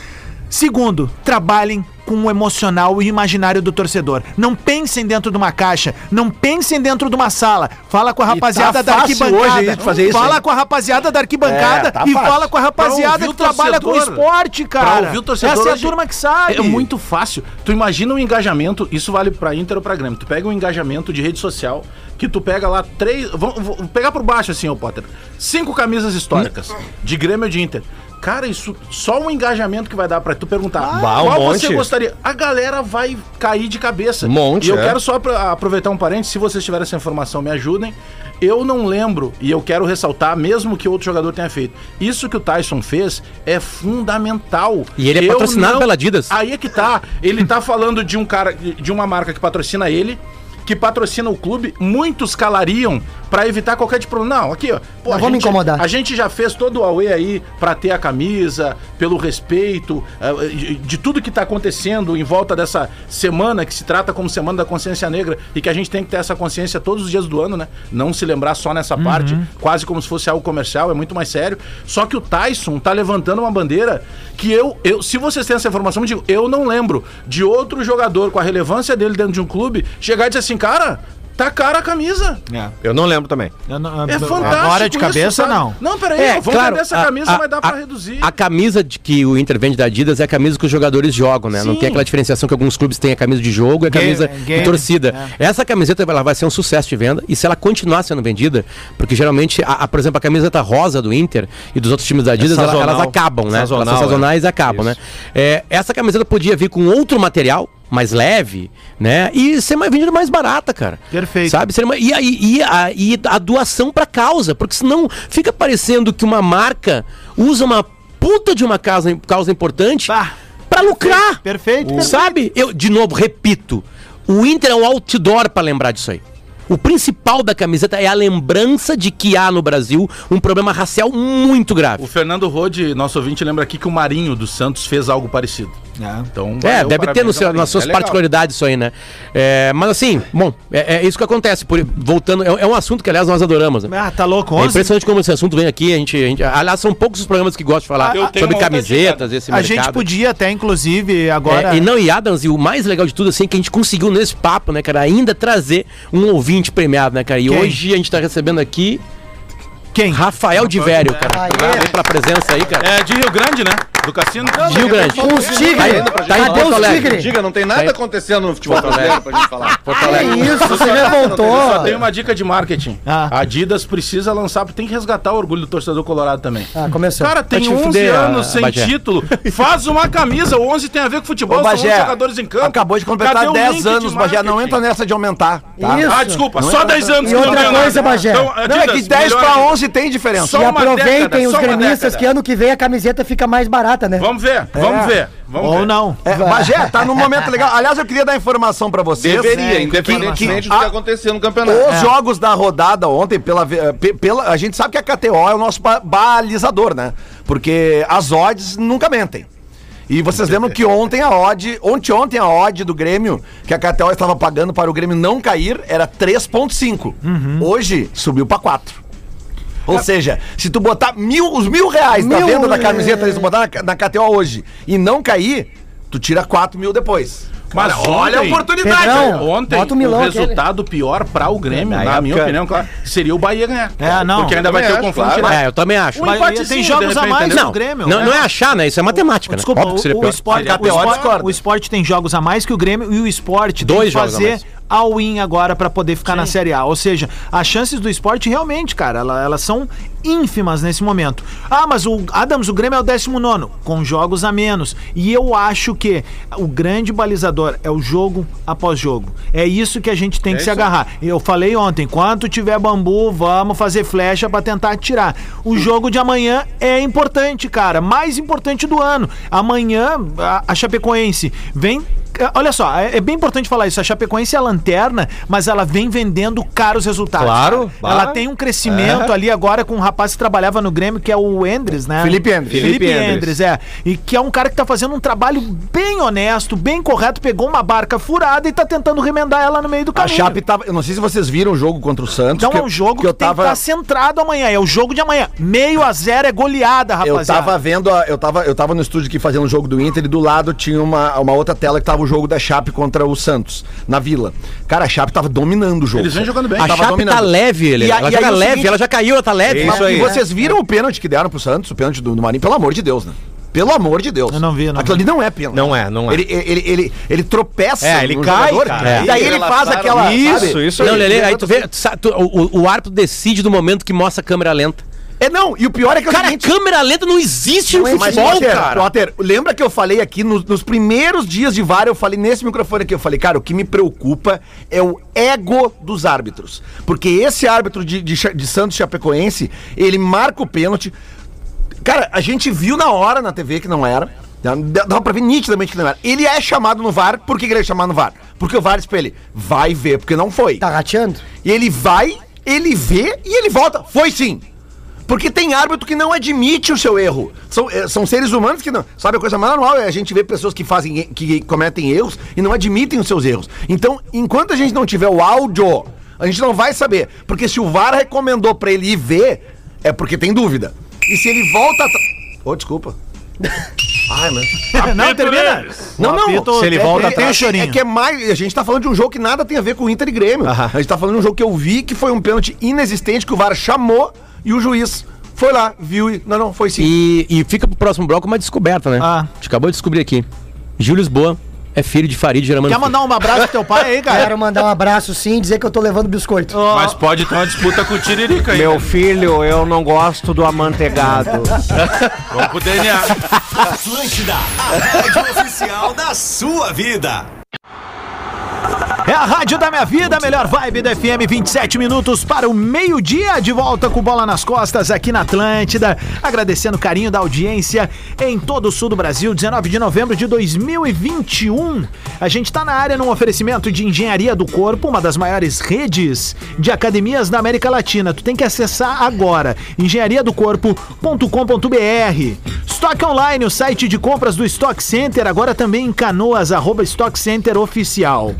Speaker 1: Segundo, trabalhem com o emocional e o imaginário do torcedor. Não pensem dentro de uma caixa, não pensem dentro de uma sala. Fala com a rapaziada da
Speaker 6: tá fácil
Speaker 1: arquibancada.
Speaker 6: hoje de fazer isso,
Speaker 1: fala
Speaker 6: hein?
Speaker 1: com a rapaziada da arquibancada
Speaker 6: É, tá
Speaker 1: e
Speaker 6: fácil.
Speaker 1: fala com a rapaziada
Speaker 7: ouvir
Speaker 1: que
Speaker 7: o
Speaker 1: trabalha com
Speaker 7: torcedor.
Speaker 1: esporte,
Speaker 7: Pra
Speaker 1: cara.
Speaker 7: ouvir o torcedor
Speaker 1: Essa é a
Speaker 7: hoje
Speaker 1: turma que sabe.
Speaker 7: É muito fácil. Tu imagina um engajamento, isso vale pra Inter ou pra Grêmio. Tu pega um engajamento de rede social que tu pega lá três. Vamos vou pegar por baixo assim, ô Potter. Cinco camisas
Speaker 1: Hum.
Speaker 7: históricas de Grêmio e de Inter. Cara, isso só um engajamento que vai dar pra tu perguntar.
Speaker 4: Bah, um
Speaker 7: qual você
Speaker 4: monte.
Speaker 7: gostaria? A galera vai cair de
Speaker 5: Um
Speaker 7: cabeça.
Speaker 4: Monte,
Speaker 7: E eu
Speaker 4: é.
Speaker 7: quero só apro- aproveitar um parênteses, se vocês tiverem essa informação, me ajudem. Eu não lembro, e eu quero ressaltar, mesmo que outro jogador tenha feito, isso que o Tyson fez é fundamental.
Speaker 5: E ele é
Speaker 7: Eu
Speaker 5: patrocinado
Speaker 7: não-
Speaker 5: pela Adidas.
Speaker 7: Aí é que tá. Ele tá falando de um cara, de uma marca que patrocina ele, que patrocina o clube. Muitos calariam pra evitar qualquer tipo de problema. Não, aqui, ó. Pô,
Speaker 2: Não
Speaker 7: a
Speaker 2: vamos
Speaker 7: gente-
Speaker 2: incomodar.
Speaker 7: A gente já fez todo o Aue aí pra ter a camisa, pelo respeito, eh, de- de tudo que tá acontecendo em volta dessa semana que se trata como Semana da Consciência Negra e que a gente tem que ter essa consciência todos os dias do ano, né? Não se lembrar só nessa parte, quase como se fosse algo comercial, é muito mais sério. Só que o Tyson tá levantando uma bandeira que eu, eu se vocês têm essa informação, eu digo, eu não lembro de outro jogador com a relevância dele dentro de um clube chegar e dizer assim, cara, tá cara a camisa.
Speaker 4: Eu não lembro também.
Speaker 1: Eu não-
Speaker 7: É
Speaker 1: eu-
Speaker 7: fantástico.
Speaker 1: Agora de
Speaker 7: isso,
Speaker 1: cabeça,
Speaker 7: sabe?
Speaker 1: não.
Speaker 7: Não, peraí,
Speaker 5: É,
Speaker 7: vamos
Speaker 5: claro,
Speaker 7: vender essa
Speaker 5: a-
Speaker 7: camisa,
Speaker 5: a-
Speaker 7: mas dá
Speaker 5: a-
Speaker 7: pra reduzir.
Speaker 5: A camisa de que o Inter vende da Adidas é a camisa que os jogadores jogam, né? Não
Speaker 7: Sim.
Speaker 5: tem aquela diferenciação que alguns clubes têm a camisa de jogo e a camisa
Speaker 1: game, é.
Speaker 5: de torcida. Essa camiseta ela vai ser um sucesso de venda e se ela continuar sendo vendida, porque geralmente, a, a- por exemplo, a camiseta rosa do Inter e dos outros times da Adidas, ela-
Speaker 4: sazonal.
Speaker 5: elas acabam, né?
Speaker 4: Sazonal,
Speaker 5: elas são
Speaker 4: é.
Speaker 5: sazonais e acabam, né? É, essa camiseta podia vir com outro material. Mais leve, né? E ser mais vendida mais barata, cara.
Speaker 1: Perfeito.
Speaker 5: Sabe? Sabe? Seria uma- E, a, e, a, e a doação pra causa, porque senão fica parecendo que uma marca usa uma puta de uma causa, causa importante
Speaker 1: Bah.
Speaker 5: pra lucrar.
Speaker 1: Perfeito, perfeito.
Speaker 5: Sabe? Eu, de novo, repito: o Inter é um outdoor pra lembrar disso aí. O principal da camiseta é a lembrança de que há no Brasil um problema racial muito grave.
Speaker 7: O Fernando Rode, nosso ouvinte, lembra aqui que o Marinho dos Santos fez algo parecido. Então,
Speaker 5: É,
Speaker 7: valeu,
Speaker 5: deve ter
Speaker 7: parabéns
Speaker 5: no
Speaker 7: ao
Speaker 5: seu-
Speaker 7: Marinho.
Speaker 5: nas suas
Speaker 7: É legal.
Speaker 5: particularidades isso aí, né? É, mas assim, bom, é, é isso que acontece. por- voltando, é, é um assunto que, aliás, nós adoramos. Né?
Speaker 1: Ah, tá louco,
Speaker 5: É
Speaker 1: 11
Speaker 5: impressionante como esse assunto vem aqui. A gente, a gente- aliás, são poucos os programas que gostam de falar
Speaker 7: Ah, Eu tenho
Speaker 5: sobre
Speaker 7: uma outra
Speaker 5: camisetas, esse
Speaker 1: A
Speaker 5: mercado.
Speaker 1: gente podia até, inclusive, agora.
Speaker 5: É, e não, e Adams, e o mais legal de tudo, assim, é que a gente conseguiu nesse papo, né, cara, ainda trazer um ouvinte premiado, né, cara? E
Speaker 1: Quem?
Speaker 5: hoje a gente tá recebendo aqui
Speaker 1: Quem?
Speaker 5: Rafael de Vério, cara. Parabéns pela presença aí, cara.
Speaker 7: É de Rio Grande, né? Do Cassino.
Speaker 5: De Rio Grande.
Speaker 2: Os tigres.
Speaker 8: Tá
Speaker 5: em
Speaker 2: Cadê
Speaker 5: Porto
Speaker 2: os
Speaker 5: Alegre.
Speaker 2: tigres?
Speaker 8: Diga, não tem nada acontecendo no futebol brasileiro pra gente falar.
Speaker 2: Que É isso, você revoltou.
Speaker 7: tá Tem uma dica de marketing.
Speaker 1: Ah.
Speaker 7: A Adidas precisa lançar, tem que resgatar o orgulho do torcedor colorado também.
Speaker 2: Ah, começou.
Speaker 7: Cara, tem
Speaker 5: te
Speaker 7: 11
Speaker 5: fuder,
Speaker 7: anos
Speaker 5: ah,
Speaker 7: sem
Speaker 5: Bagé.
Speaker 7: título. Faz uma camisa. O 11 tem a ver com futebol,
Speaker 6: Ô, Bagé,
Speaker 7: onze jogadores em campo.
Speaker 6: acabou de
Speaker 7: Cadê
Speaker 6: completar
Speaker 7: o
Speaker 6: 10
Speaker 7: link de
Speaker 6: anos, Bagé. Não
Speaker 7: marketing?
Speaker 6: entra nessa de aumentar. tá?
Speaker 2: Isso.
Speaker 7: Ah, desculpa, só 10 anos
Speaker 2: E
Speaker 7: que não
Speaker 2: outra
Speaker 7: ganhou
Speaker 2: coisa,
Speaker 7: nada.
Speaker 2: Bagé.
Speaker 6: Não, é que
Speaker 7: Então, Adidas,
Speaker 6: 10
Speaker 7: melhor
Speaker 6: pra
Speaker 7: ainda.
Speaker 6: 11 tem diferença.
Speaker 7: Só
Speaker 2: E
Speaker 7: uma
Speaker 2: aproveitem
Speaker 7: década,
Speaker 2: os
Speaker 7: só uma
Speaker 2: gremistas
Speaker 7: década.
Speaker 2: que ano que vem a camiseta fica mais barata, né?
Speaker 7: Vamos ver, vamos ver. Vamos
Speaker 1: Ou
Speaker 5: né?
Speaker 7: ver.
Speaker 1: não.
Speaker 6: É, Bagé, tá num momento legal. Aliás, eu queria dar informação pra vocês.
Speaker 7: É,
Speaker 8: Deveria,
Speaker 6: Que-
Speaker 8: independentemente
Speaker 6: que-
Speaker 8: do que
Speaker 6: a-
Speaker 8: acontecer no
Speaker 6: Os
Speaker 8: campeonato.
Speaker 2: É.
Speaker 6: jogos da rodada ontem, pela, ve- eh, pe- pela, a gente sabe que a KTO é o nosso ba- balizador, né? Porque as odds nunca mentem. E vocês lembram que ontem a odd, ontem ontem a odd do Grêmio, que a KTO estava pagando para o Grêmio não cair, era 3.5.
Speaker 2: Uhum.
Speaker 6: Hoje subiu para 4. Ou seja, se tu botar mil, os mil reais da
Speaker 2: Mil,
Speaker 6: venda da
Speaker 2: é.
Speaker 6: camiseta, se tu botar na, na KTO hoje e não cair, tu tira 4 mil depois.
Speaker 7: Mas olha a oportunidade.
Speaker 2: Pedrão,
Speaker 7: ontem,
Speaker 2: bota o
Speaker 7: o,
Speaker 2: Milão aquele.
Speaker 7: resultado pior para o Grêmio, na, minha opinião, claro, seria o Bahia ganhar.
Speaker 1: É, não,
Speaker 7: Porque ainda vai ter o confronto direto.
Speaker 5: É, eu também acho.
Speaker 7: Um
Speaker 1: Mas
Speaker 7: empatezinho,
Speaker 1: tem
Speaker 7: de
Speaker 1: jogos a
Speaker 7: repente,
Speaker 1: mais
Speaker 7: entendeu?
Speaker 1: do
Speaker 5: Não,
Speaker 1: Grêmio.
Speaker 5: não,
Speaker 1: né?
Speaker 5: não é achar, né? Isso é matemática, né?
Speaker 1: Desculpa,
Speaker 5: Óbvio que seria
Speaker 1: o, o
Speaker 5: pior.
Speaker 1: esporte,
Speaker 6: A
Speaker 1: o,
Speaker 6: KTO
Speaker 1: esporte,
Speaker 6: discorda.
Speaker 1: o esporte tem jogos a mais que o Grêmio e o esporte tem
Speaker 5: Dois
Speaker 1: que
Speaker 5: jogos a
Speaker 1: fazer
Speaker 5: mais.
Speaker 1: all-in agora para poder ficar na Série A. Ou seja, as chances do esporte realmente, cara, ela- elas, são ínfimas nesse momento. Ah, mas o Adams, o Grêmio é o 19, com jogos a menos. E eu acho que o grande balizador é o jogo após jogo. É isso que a gente tem que se agarrar. Eu falei ontem, quanto tiver bambu, vamos fazer flecha para tentar tirar. O jogo de amanhã é importante, cara, mais importante do ano. Amanhã a, a Chapecoense vem é, Olha só, é é bem importante falar isso. A Chapecoense é a lanterna, mas ela vem vendendo caros resultados.
Speaker 4: Claro,
Speaker 1: cara. Ela
Speaker 4: claro.
Speaker 1: tem um crescimento
Speaker 6: É.
Speaker 1: ali agora com um rapaz que trabalhava no Grêmio, que é o Endres, né?
Speaker 6: Felipe Endres.
Speaker 1: Felipe,
Speaker 4: Felipe Endres.
Speaker 1: Endres. é. E que é um cara que tá fazendo um trabalho bem honesto, bem correto. Pegou uma barca furada e tá tentando remendar ela no meio do
Speaker 6: A
Speaker 1: caminho.
Speaker 6: Chape tava. Eu não sei se vocês viram o jogo contra o Santos.
Speaker 1: Então Tá é um jogo que,
Speaker 6: eu
Speaker 1: tem que
Speaker 6: tava.
Speaker 1: estar centrado amanhã. É o jogo de amanhã. Meio a zero é goleada,
Speaker 6: Eu
Speaker 1: rapaziada.
Speaker 6: tava vendo, a- eu tava, eu tava no estúdio aqui fazendo o jogo do Inter e do lado tinha uma, uma outra tela que tava o jogo da Chape contra o Santos, na Vila. Cara, a Chape tava dominando o jogo.
Speaker 7: Eles vêm jogando bem.
Speaker 5: A
Speaker 6: Tava
Speaker 5: Chape tá
Speaker 6: dominando.
Speaker 5: leve, ele.
Speaker 6: E a-
Speaker 5: Ela
Speaker 6: e
Speaker 5: joga
Speaker 6: aí o
Speaker 5: leve,
Speaker 6: seguinte-
Speaker 5: ela já caiu, ela tá leve.
Speaker 6: Mas-
Speaker 4: É Isso aí.
Speaker 6: E vocês viram o pênalti que deram pro Santos, o pênalti do, do Marinho? Pelo amor de Deus, né? Pelo amor de Deus.
Speaker 1: Eu não vi, não
Speaker 6: Aquilo ali não é pênalti.
Speaker 4: Não é, não é.
Speaker 6: Ele, ele, ele, ele, ele tropeça.
Speaker 4: É, ele
Speaker 6: no
Speaker 4: cai, cara.
Speaker 6: E daí
Speaker 4: É.
Speaker 6: ele faz aquela.
Speaker 4: Isso,
Speaker 6: sabe?
Speaker 4: isso
Speaker 5: Não, Lelê, aí tu vê, tu sa- tu- o, o- o árbitro decide do momento que mostra a câmera lenta.
Speaker 6: É, não, e o pior é que é o
Speaker 5: Cara,
Speaker 6: seguinte-
Speaker 5: câmera lenta não existe no
Speaker 6: Mas,
Speaker 5: futebol,
Speaker 6: Potter,
Speaker 5: cara.
Speaker 6: Potter, lembra que eu falei aqui nos, nos primeiros dias de VAR, eu falei nesse microfone aqui, eu falei, cara, o que me preocupa é o ego dos árbitros. Porque esse árbitro de, de, Cha- de Santos Chapecoense, ele marca o pênalti. Cara, a gente viu na hora na TV que não era. Dá- dá- Dava pra ver nitidamente que não era. Ele é chamado no VAR, por que que ele é chamado no VAR? Porque o VAR espelha, vai ver, porque não foi.
Speaker 2: Tá rateando?
Speaker 6: E ele vai, ele vê e ele volta. Foi sim. Porque tem árbitro que não admite o seu erro. São, eh, são seres humanos que não. Sabe a coisa mais normal? É a gente ver pessoas que fazem, e- que cometem erros e não admitem os seus erros. Então, enquanto a gente não tiver o áudio, a gente não vai saber. Porque se o VAR recomendou pra ele ir ver, é porque tem dúvida. E se ele volta atrás. Ô, desculpa. Ai, mas.
Speaker 1: Não, termina.
Speaker 6: Não, não.
Speaker 1: Se ele volta, tem o
Speaker 6: É,
Speaker 1: chorinho.
Speaker 6: é que é mais. A gente tá falando de um jogo que nada tem a ver com o Inter e Grêmio. A gente tá falando de um jogo que eu vi que foi um pênalti inexistente, que o VAR chamou e o juiz foi lá, viu e. Não, não, foi sim.
Speaker 5: E, e fica pro próximo bloco uma descoberta, né?
Speaker 1: Ah.
Speaker 5: A gente acabou de descobrir aqui. Júlio Lisboa é filho de Farid Germano.
Speaker 1: Quer mandar um abraço pro teu pai aí,
Speaker 6: É
Speaker 1: cara?
Speaker 2: Quero mandar um abraço sim, dizer que eu tô levando biscoito.
Speaker 7: Mas pode ter uma disputa com o Tiririca aí.
Speaker 3: Meu filho, eu não gosto do amanteigado.
Speaker 7: Vamos pro DNA.
Speaker 9: oficial da sua vida.
Speaker 1: É a rádio da minha vida, a melhor vibe do FM, 27 minutos para o meio-dia, de volta com bola nas costas aqui na Atlântida. Agradecendo o carinho da audiência em todo o sul do Brasil, 19 de novembro de 2021. A gente está na área num oferecimento de Engenharia do Corpo, uma das maiores redes de academias da América Latina. Tu tem que acessar agora, engenhariadocorpo.com.br. Stock Online, o site de compras do Stock Center, agora também em Canoas, arroba Stock Center Oficial.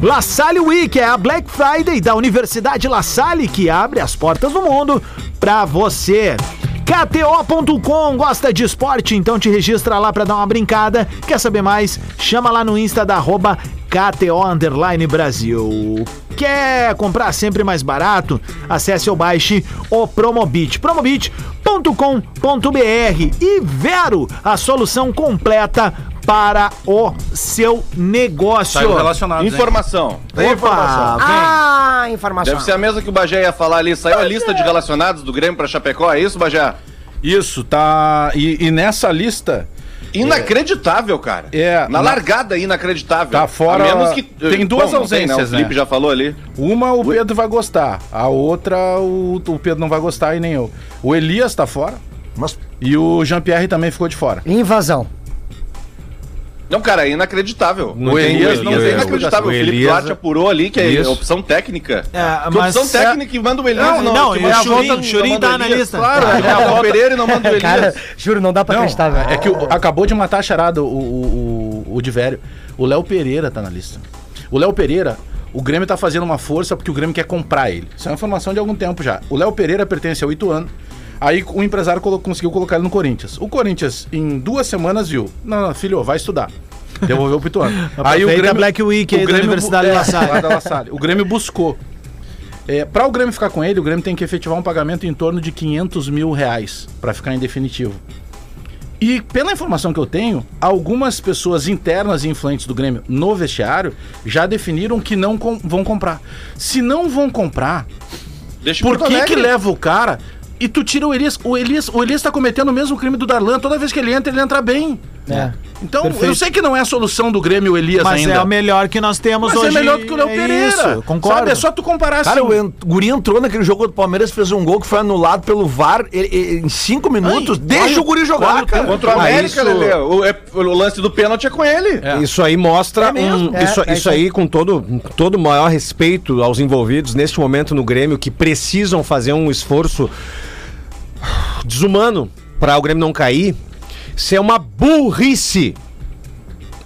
Speaker 1: La Salle Week é a Black Friday da Universidade La Salle que abre as portas do mundo para você. KTO.com gosta de esporte, então te registra lá para dar uma brincada. Quer saber mais? Chama lá no Insta da arroba KTO Underline Brasil. Quer comprar sempre mais barato? Acesse ou baixe o Promobit. Promobit.com.br e Vero, a solução completa para o seu negócio.
Speaker 7: Saiu relacionado.
Speaker 8: Informação. Tem
Speaker 1: Opa!
Speaker 8: informação.
Speaker 2: Ah, informação.
Speaker 8: Deve ser a mesma que o Bagé ia falar ali. Saiu a lista de relacionados do Grêmio pra Chapecó, é isso, Bagé?
Speaker 7: Isso, tá. E, e nessa lista.
Speaker 8: Inacreditável, cara.
Speaker 7: É,
Speaker 8: Na
Speaker 7: na-
Speaker 8: largada, inacreditável.
Speaker 7: Tá fora-
Speaker 8: A menos que. eh,
Speaker 7: tem duas
Speaker 8: não tem,
Speaker 7: ausências,
Speaker 8: O Felipe
Speaker 7: né?
Speaker 8: já falou ali.
Speaker 7: Uma o Pedro vai gostar, a outra o, o Pedro não vai gostar e nem eu. O Elias tá fora
Speaker 6: Mas
Speaker 7: e o Jean-Pierre também ficou de fora.
Speaker 2: Invasão.
Speaker 8: Não, cara, é inacreditável.
Speaker 4: Não
Speaker 8: o
Speaker 4: tem
Speaker 8: Elias
Speaker 4: o
Speaker 8: não
Speaker 4: Elias.
Speaker 8: é inacreditável. O
Speaker 4: O
Speaker 8: Felipe
Speaker 4: Elias-
Speaker 8: Duarte apurou ali, que é
Speaker 4: Isso.
Speaker 8: opção técnica.
Speaker 1: É,
Speaker 8: Que
Speaker 1: mas-
Speaker 8: opção técnica e manda o Elias.
Speaker 1: Não, não,
Speaker 8: que
Speaker 1: e
Speaker 8: manda
Speaker 1: o
Speaker 8: a
Speaker 1: Churinho-
Speaker 8: volta, não
Speaker 1: Churinho
Speaker 8: manda
Speaker 1: tá
Speaker 8: o
Speaker 1: na
Speaker 8: Elias.
Speaker 1: lista.
Speaker 8: Claro, né? ele manda o Pereira e não manda o Elias.
Speaker 2: Cara, juro, não dá pra
Speaker 7: Não,
Speaker 2: acreditar, velho.
Speaker 7: é que o- acabou de matar a charada o, o, o, o de velho. O Léo Pereira tá na lista. O Léo Pereira, o Grêmio tá fazendo uma força porque o Grêmio quer comprar ele. Isso é uma informação de algum tempo já. O Léo Pereira pertence ao Ituano. Aí o empresário colo- conseguiu colocar ele no Corinthians. O Corinthians, em duas semanas, viu. Não, não, filho, vai estudar. Devolveu pro Ituano.
Speaker 1: Aproveita a Black Week aí da Universidade
Speaker 7: bu- é,
Speaker 1: La Salle.
Speaker 7: lá da La Salle. O Grêmio buscou. É, para o Grêmio ficar com ele, o Grêmio tem que efetivar um pagamento em torno de 500 mil reais para ficar em definitivo. E pela informação que eu tenho, algumas pessoas internas e influentes do Grêmio no vestiário já definiram que não com- vão comprar. Se não vão comprar,
Speaker 8: Deixa
Speaker 7: por que, que leva o cara e tu tira o Elias? O Elias, o Elias tá cometendo o mesmo crime do Darlan. Toda vez que ele entra, ele entra bem.
Speaker 2: É.
Speaker 7: Então, eu
Speaker 1: Perfeito.
Speaker 7: sei que não é a solução do Grêmio o Elias
Speaker 1: Mas
Speaker 7: ainda.
Speaker 1: é o melhor que nós temos
Speaker 7: mas
Speaker 1: hoje.
Speaker 7: é melhor do que o Léo
Speaker 1: é
Speaker 7: Pereira.
Speaker 1: Isso, concordo.
Speaker 7: Sabe, é só tu comparar
Speaker 6: Cara,
Speaker 7: assim.
Speaker 6: o en- Guri entrou naquele jogo do Palmeiras, fez um gol que foi anulado pelo VAR e- e- em cinco minutos. deixa o Guri jogar, cara.
Speaker 8: Contra o
Speaker 4: Ah, isso-
Speaker 8: América, Lelê. O, é- o lance do pênalti é com ele.
Speaker 4: Isso aí mostra um-
Speaker 2: é,
Speaker 4: isso,
Speaker 2: é
Speaker 4: isso aí com todo com todo o maior respeito aos envolvidos neste momento no Grêmio que precisam fazer um esforço desumano para o Grêmio não cair. Isso é uma burrice.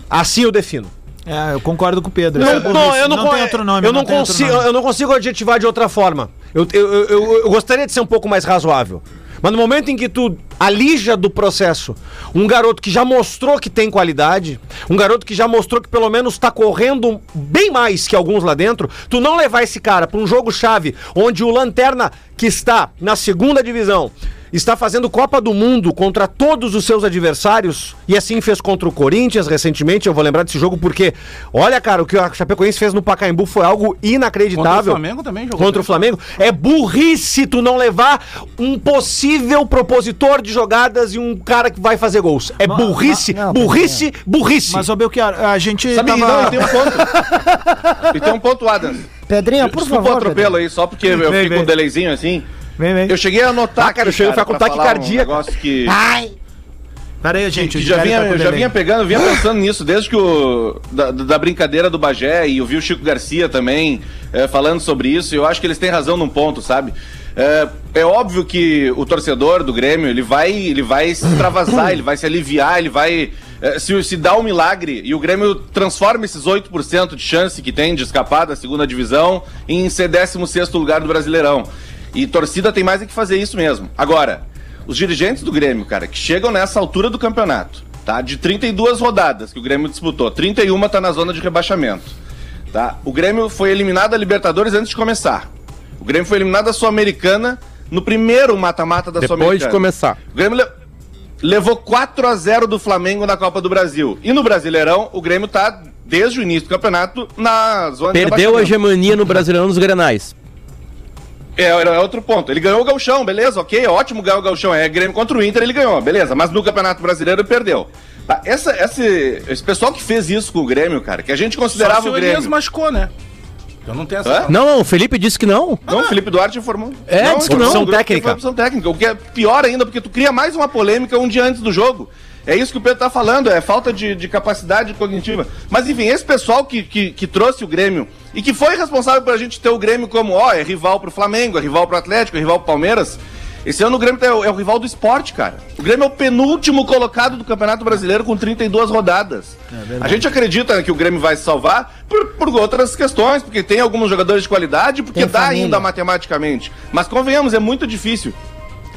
Speaker 4: Assim eu defino.
Speaker 1: É, eu concordo com o Pedro.
Speaker 4: Não,
Speaker 1: É burrice.
Speaker 4: não, eu não,
Speaker 1: tem
Speaker 4: co-
Speaker 1: outro nome.
Speaker 4: Eu não,
Speaker 1: tem outro
Speaker 4: consigo,
Speaker 1: nome.
Speaker 4: eu não consigo adjetivar de outra forma. Eu, eu, eu- eu- eu gostaria de ser um pouco mais razoável. Mas no momento em que tu alija do processo um garoto que já mostrou que tem qualidade, um garoto que já mostrou que pelo menos tá correndo bem mais que alguns lá dentro, tu não levar esse cara pra um jogo-chave onde o Lanterna, que está na segunda divisão, está fazendo Copa do Mundo contra todos os seus adversários e assim fez contra o Corinthians recentemente. Eu vou lembrar desse jogo porque, olha, cara, o que a Chapecoense fez no Pacaembu foi algo
Speaker 7: Contra o
Speaker 4: inacreditável.
Speaker 7: Flamengo também jogou.
Speaker 4: Contra o Flamengo. É burrice tu não levar um possível propositor de jogadas e um cara que vai fazer gols. É burrice,
Speaker 2: não, não,
Speaker 4: burrice, burrice.
Speaker 1: Mas, ô Belchior, a gente
Speaker 8: Sabe,
Speaker 1: tava...
Speaker 8: não, e tem um ponto. e tem um ponto, Adam.
Speaker 2: Pedrinha, por
Speaker 8: Desculpa o
Speaker 2: favor. Pedrinho.
Speaker 8: atropelo aí, só porque
Speaker 1: Vem,
Speaker 8: eu fico com um
Speaker 1: vem.
Speaker 8: delayzinho assim.
Speaker 1: Vem, vem.
Speaker 8: Eu cheguei a anotar,
Speaker 4: Ah, cara, eu cheguei a ficar com
Speaker 8: pra falar
Speaker 4: taquicardia.
Speaker 8: Um negócio que...
Speaker 1: Pera aí, gente.
Speaker 8: que
Speaker 1: o
Speaker 8: já
Speaker 1: Diário
Speaker 8: vinha,
Speaker 1: tá
Speaker 7: um
Speaker 1: com
Speaker 8: eu já
Speaker 1: delay.
Speaker 8: vinha pegando, vinha pensando nisso desde que o. Da, da brincadeira do Bagé e eu vi o Chico Garcia também eh, falando sobre isso, e eu acho que eles têm razão num ponto, sabe? Eh, É, óbvio que o torcedor do Grêmio ele vai, ele vai se extravasar, ele vai se aliviar, ele vai. eh, Se, se dá um milagre e o Grêmio transforma esses 8% de chance que tem de escapar da segunda divisão em ser 16 lugar do Brasileirão. E torcida tem mais é que fazer isso mesmo. Agora, os dirigentes do Grêmio, cara, que chegam nessa altura do campeonato, tá? De 32 rodadas que o Grêmio disputou, 31 tá na zona de rebaixamento, tá? O Grêmio foi eliminado da Libertadores antes de começar. O Grêmio foi eliminado da Sul-Americana no primeiro mata-mata da
Speaker 5: Depois
Speaker 8: Sul-Americana.
Speaker 5: de começar.
Speaker 8: O Grêmio le- levou 4 a 0 do Flamengo na Copa do Brasil. E no Brasileirão, o Grêmio tá desde o início do campeonato na zona
Speaker 5: Perdeu a
Speaker 8: de rebaixamento.
Speaker 5: hegemonia no Brasileirão dos Grenais.
Speaker 8: É, era outro ponto. Ele ganhou o Galchão, beleza, ok, ótimo ganhar o Galchão. É Grêmio contra o Inter, ele ganhou, beleza. Mas no Campeonato Brasileiro ele perdeu. Tá, essa, esse, esse pessoal que fez isso com o Grêmio, cara, que a gente
Speaker 7: Só
Speaker 8: considerava
Speaker 7: se
Speaker 8: o
Speaker 7: o Elias
Speaker 8: Grêmio.
Speaker 7: machucou, né? Eu não tenho essa.
Speaker 8: Hã?
Speaker 5: Não, não, o Felipe disse que não.
Speaker 8: Não, o Felipe Duarte informou.
Speaker 5: Ah. É, disse que não.
Speaker 8: opção
Speaker 5: Opção
Speaker 8: técnica.
Speaker 5: técnica.
Speaker 8: Foi opção técnica. O que é pior ainda, porque tu cria mais uma polêmica um dia antes do jogo. É isso que o Pedro tá falando, é falta de, de capacidade cognitiva. Mas enfim, esse pessoal que, que, que trouxe o Grêmio e que foi responsável pra gente ter o Grêmio como, ó, é rival pro Flamengo, é rival pro Atlético, é rival pro Palmeiras. Esse ano o Grêmio tá- é o, é o rival do esporte, cara. O Grêmio é o penúltimo colocado do Campeonato Brasileiro com 32 rodadas. a gente acredita que o Grêmio vai se salvar por, por outras questões, porque tem alguns jogadores de qualidade, porque
Speaker 2: Tem
Speaker 8: dá
Speaker 2: família.
Speaker 8: ainda matematicamente. Mas convenhamos, é muito difícil.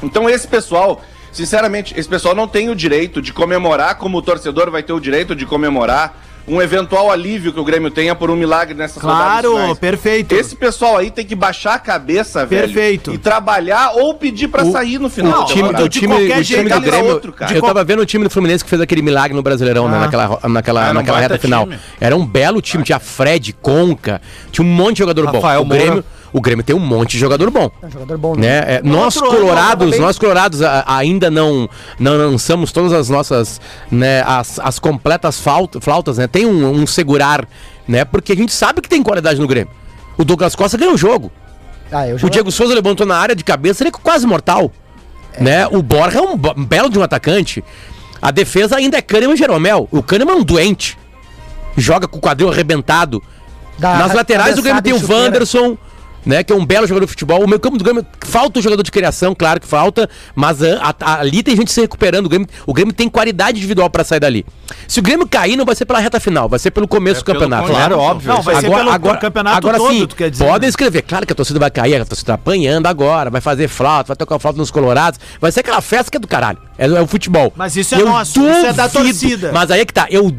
Speaker 8: Então esse pessoal, sinceramente, esse pessoal não tem o direito de comemorar como o torcedor vai ter o direito de comemorar um eventual alívio que o Grêmio tenha por um milagre nessas
Speaker 1: Claro,
Speaker 8: finais.
Speaker 1: perfeito.
Speaker 8: Esse pessoal aí tem que baixar a cabeça, velho,
Speaker 1: Perfeito. tipo,
Speaker 8: e trabalhar ou pedir pra sair no final.
Speaker 5: O
Speaker 8: da
Speaker 5: time,
Speaker 8: temporada.
Speaker 5: o
Speaker 1: de
Speaker 5: time,
Speaker 1: qualquer
Speaker 5: o time
Speaker 1: jeito,
Speaker 5: do
Speaker 8: dá pra
Speaker 5: Grêmio.
Speaker 8: outro, cara.
Speaker 5: eu tava vendo o time do Fluminense que fez aquele milagre no Brasileirão, né? Naquela, ro- naquela,
Speaker 7: Ah,
Speaker 5: naquela
Speaker 7: um
Speaker 5: reta
Speaker 7: baita
Speaker 5: final.
Speaker 7: time.
Speaker 5: Era um belo time, tinha Fred, Conca, tinha um monte de jogador
Speaker 4: Rafael
Speaker 5: bom. O Grêmio,
Speaker 4: Moura.
Speaker 5: o Grêmio tem um monte de jogador bom.
Speaker 2: É um jogador bom, né?
Speaker 5: Né? É, nós
Speaker 1: Outro-
Speaker 5: colorados,
Speaker 1: outro-
Speaker 5: nós colorados a- ainda não, não lançamos todas as nossas, né, as, as completas falta, flautas, né? Tem um, um segurar, né? Porque a gente sabe que tem qualidade no Grêmio. O Douglas Costa ganhou o jogo.
Speaker 2: Ah, eu já...
Speaker 5: O Diego Souza levantou na área de cabeça, ele é quase mortal. Né? O Borja é um bo- um belo de um atacante. A defesa ainda é Kahneman e Jeromel. O Kahneman é um doente. Joga com o quadril arrebentado.
Speaker 2: Dá
Speaker 5: Nas laterais
Speaker 2: cabeçada
Speaker 5: o Grêmio tem
Speaker 2: e
Speaker 5: o
Speaker 2: é chuteira.
Speaker 5: Wanderson. né? Que é um belo jogador de futebol. O meio campo do Grêmio falta o jogador de criação, claro que falta, mas ah, a- a- ali tem gente se recuperando. O Grêmio, o Grêmio tem qualidade individual pra sair dali. Se o Grêmio cair, não vai ser pela reta final, vai ser pelo começo é do
Speaker 7: pelo
Speaker 5: campeonato.
Speaker 7: conjunto. Claro,
Speaker 1: óbvio. Não, vai ser pelo campeonato
Speaker 5: agora
Speaker 1: todo,
Speaker 5: sim,
Speaker 1: tu quer dizer,
Speaker 5: Podem
Speaker 1: né?
Speaker 5: escrever. Claro que a torcida vai cair, a torcida tá apanhando agora, vai fazer flauta, vai tocar flauta nos colorados. Vai ser aquela festa que é do caralho. É, é o futebol.
Speaker 1: Mas isso é nosso, isso é da torcida.
Speaker 5: Mas aí é que tá. Eu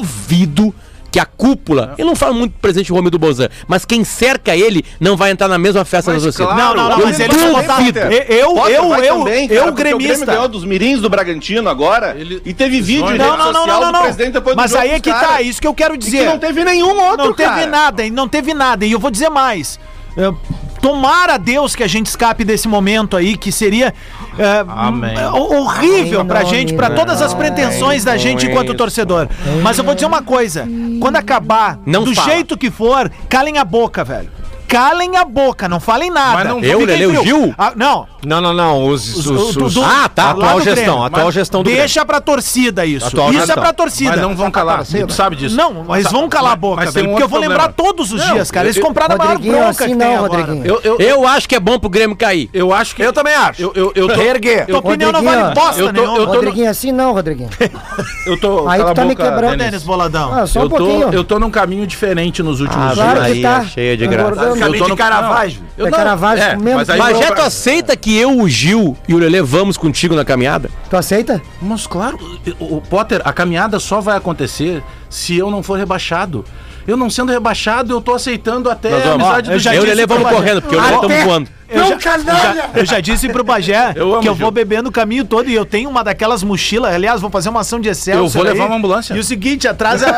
Speaker 5: duvido que a cúpula,
Speaker 1: É.
Speaker 5: eu não falo muito presente o Romildo Bozan, mas quem cerca ele não vai entrar na mesma festa da torcida.
Speaker 1: Não, não, não,
Speaker 5: Eu
Speaker 1: mas ele vai
Speaker 5: duvido.
Speaker 1: botar- Eu, eu,
Speaker 8: Potter
Speaker 1: eu,
Speaker 8: vai
Speaker 1: eu,
Speaker 8: também, cara,
Speaker 1: eu,
Speaker 8: porque O Grêmio
Speaker 1: gremista.
Speaker 8: ganhou dos mirins do Bragantino agora
Speaker 7: Ele-
Speaker 8: e teve vídeo em
Speaker 1: Não,
Speaker 8: rede
Speaker 1: não, não,
Speaker 8: social
Speaker 1: não, não,
Speaker 8: do presidente
Speaker 1: não.
Speaker 8: depois
Speaker 1: Mas
Speaker 8: do jogo
Speaker 1: aí é
Speaker 8: dos
Speaker 1: que
Speaker 8: caras.
Speaker 1: tá, isso que eu quero
Speaker 8: E que
Speaker 1: dizer.
Speaker 8: não teve nenhum outro,
Speaker 1: Não teve
Speaker 8: cara.
Speaker 1: nada, e não teve nada. E eu vou dizer mais. É, tomara a Deus que a gente escape desse momento aí, que seria é,
Speaker 7: Amém.
Speaker 1: é, ho- horrível
Speaker 2: Em
Speaker 1: pra
Speaker 2: nome
Speaker 1: gente, pra
Speaker 2: do
Speaker 1: todas as
Speaker 2: Pai,
Speaker 1: pretensões da gente enquanto torcedor. Mas eu vou dizer uma coisa: quando acabar,
Speaker 5: Não
Speaker 1: do
Speaker 5: fala.
Speaker 1: jeito que for, calem a boca, velho. Calem a boca, não falem nada.
Speaker 7: Mas não-
Speaker 1: Fiquem
Speaker 5: Eu, Leleu,
Speaker 1: frio.
Speaker 5: Gil?
Speaker 1: Ah, não,
Speaker 4: Não, não, não. Os,
Speaker 1: Os-
Speaker 4: os,
Speaker 1: os-
Speaker 4: os-
Speaker 1: do-
Speaker 4: ah, tá.
Speaker 1: lá
Speaker 4: Atual
Speaker 1: do
Speaker 4: gestão,
Speaker 1: Grêmio.
Speaker 4: atual
Speaker 1: Mas
Speaker 4: gestão do
Speaker 1: Deixa pra torcida isso.
Speaker 4: Atual
Speaker 1: isso é
Speaker 4: gestão.
Speaker 1: pra torcida.
Speaker 7: então. Mas não vão calar.
Speaker 2: torcida.
Speaker 7: Tu sabe disso.
Speaker 1: Não, mas vão calar a boca,
Speaker 7: Tá. Mas tem
Speaker 1: velho,
Speaker 7: um
Speaker 1: porque eu vou
Speaker 7: outro
Speaker 1: lembrar
Speaker 7: problema.
Speaker 1: todos os
Speaker 7: Não,
Speaker 1: dias, cara. Eles
Speaker 7: Tá
Speaker 1: compraram a maior
Speaker 2: Rodriguinho,
Speaker 1: bronca
Speaker 2: assim
Speaker 1: que tem
Speaker 2: não,
Speaker 1: agora.
Speaker 2: Rodriguinho.
Speaker 7: Eu, eu,
Speaker 5: Eu acho que é bom pro Grêmio cair.
Speaker 7: eu acho que.
Speaker 6: Eu também acho.
Speaker 7: Eu, eu, eu tô.
Speaker 6: Reerguer.
Speaker 1: É, Tua opinião não vale
Speaker 2: Rodriguinho,
Speaker 1: bosta
Speaker 7: eu tô-
Speaker 1: nenhuma.
Speaker 7: eu tô-
Speaker 2: Rodriguinho, assim não, Rodriguinho.
Speaker 7: Eu tô.
Speaker 2: Aí
Speaker 7: cala
Speaker 2: tu tá
Speaker 7: a
Speaker 2: me quebrando,
Speaker 7: Denis.
Speaker 1: Denis Boladão.
Speaker 2: Ah, só um
Speaker 7: eu, tô,
Speaker 2: pouquinho.
Speaker 7: eu tô num caminho diferente nos últimos
Speaker 2: Claro
Speaker 7: anos.
Speaker 2: que
Speaker 3: Aí
Speaker 2: tá.
Speaker 3: é cheia de graça.
Speaker 2: Engordando.
Speaker 7: Eu tô no Caravaggio.
Speaker 2: É Caravaggio mesmo.
Speaker 7: Mas aí
Speaker 5: Mas
Speaker 7: eu-
Speaker 5: já tu aceita que eu, o Gil e o Lelê vamos contigo na caminhada?
Speaker 2: Tu aceita?
Speaker 7: Mas claro, o o Potter, a caminhada só vai acontecer se eu não for rebaixado. Eu não sendo rebaixado, eu tô aceitando até
Speaker 1: É,
Speaker 5: Nós
Speaker 7: a
Speaker 5: vamos.
Speaker 7: amizade
Speaker 5: Ó, eu já disse Eu
Speaker 7: Gil.
Speaker 5: e o Lelê vamos
Speaker 7: Mas-
Speaker 5: correndo, porque eu e o Lelê estamos voando.
Speaker 2: Não, canalha!
Speaker 1: Eu já disse pro Bagé
Speaker 7: Eu amo,
Speaker 1: que eu
Speaker 7: Gil.
Speaker 1: vou beber no caminho todo e eu tenho uma daquelas mochilas. Aliás, vou fazer uma ação de excesso.
Speaker 7: Eu vou levar uma ambulância.
Speaker 1: E o seguinte, atrás é.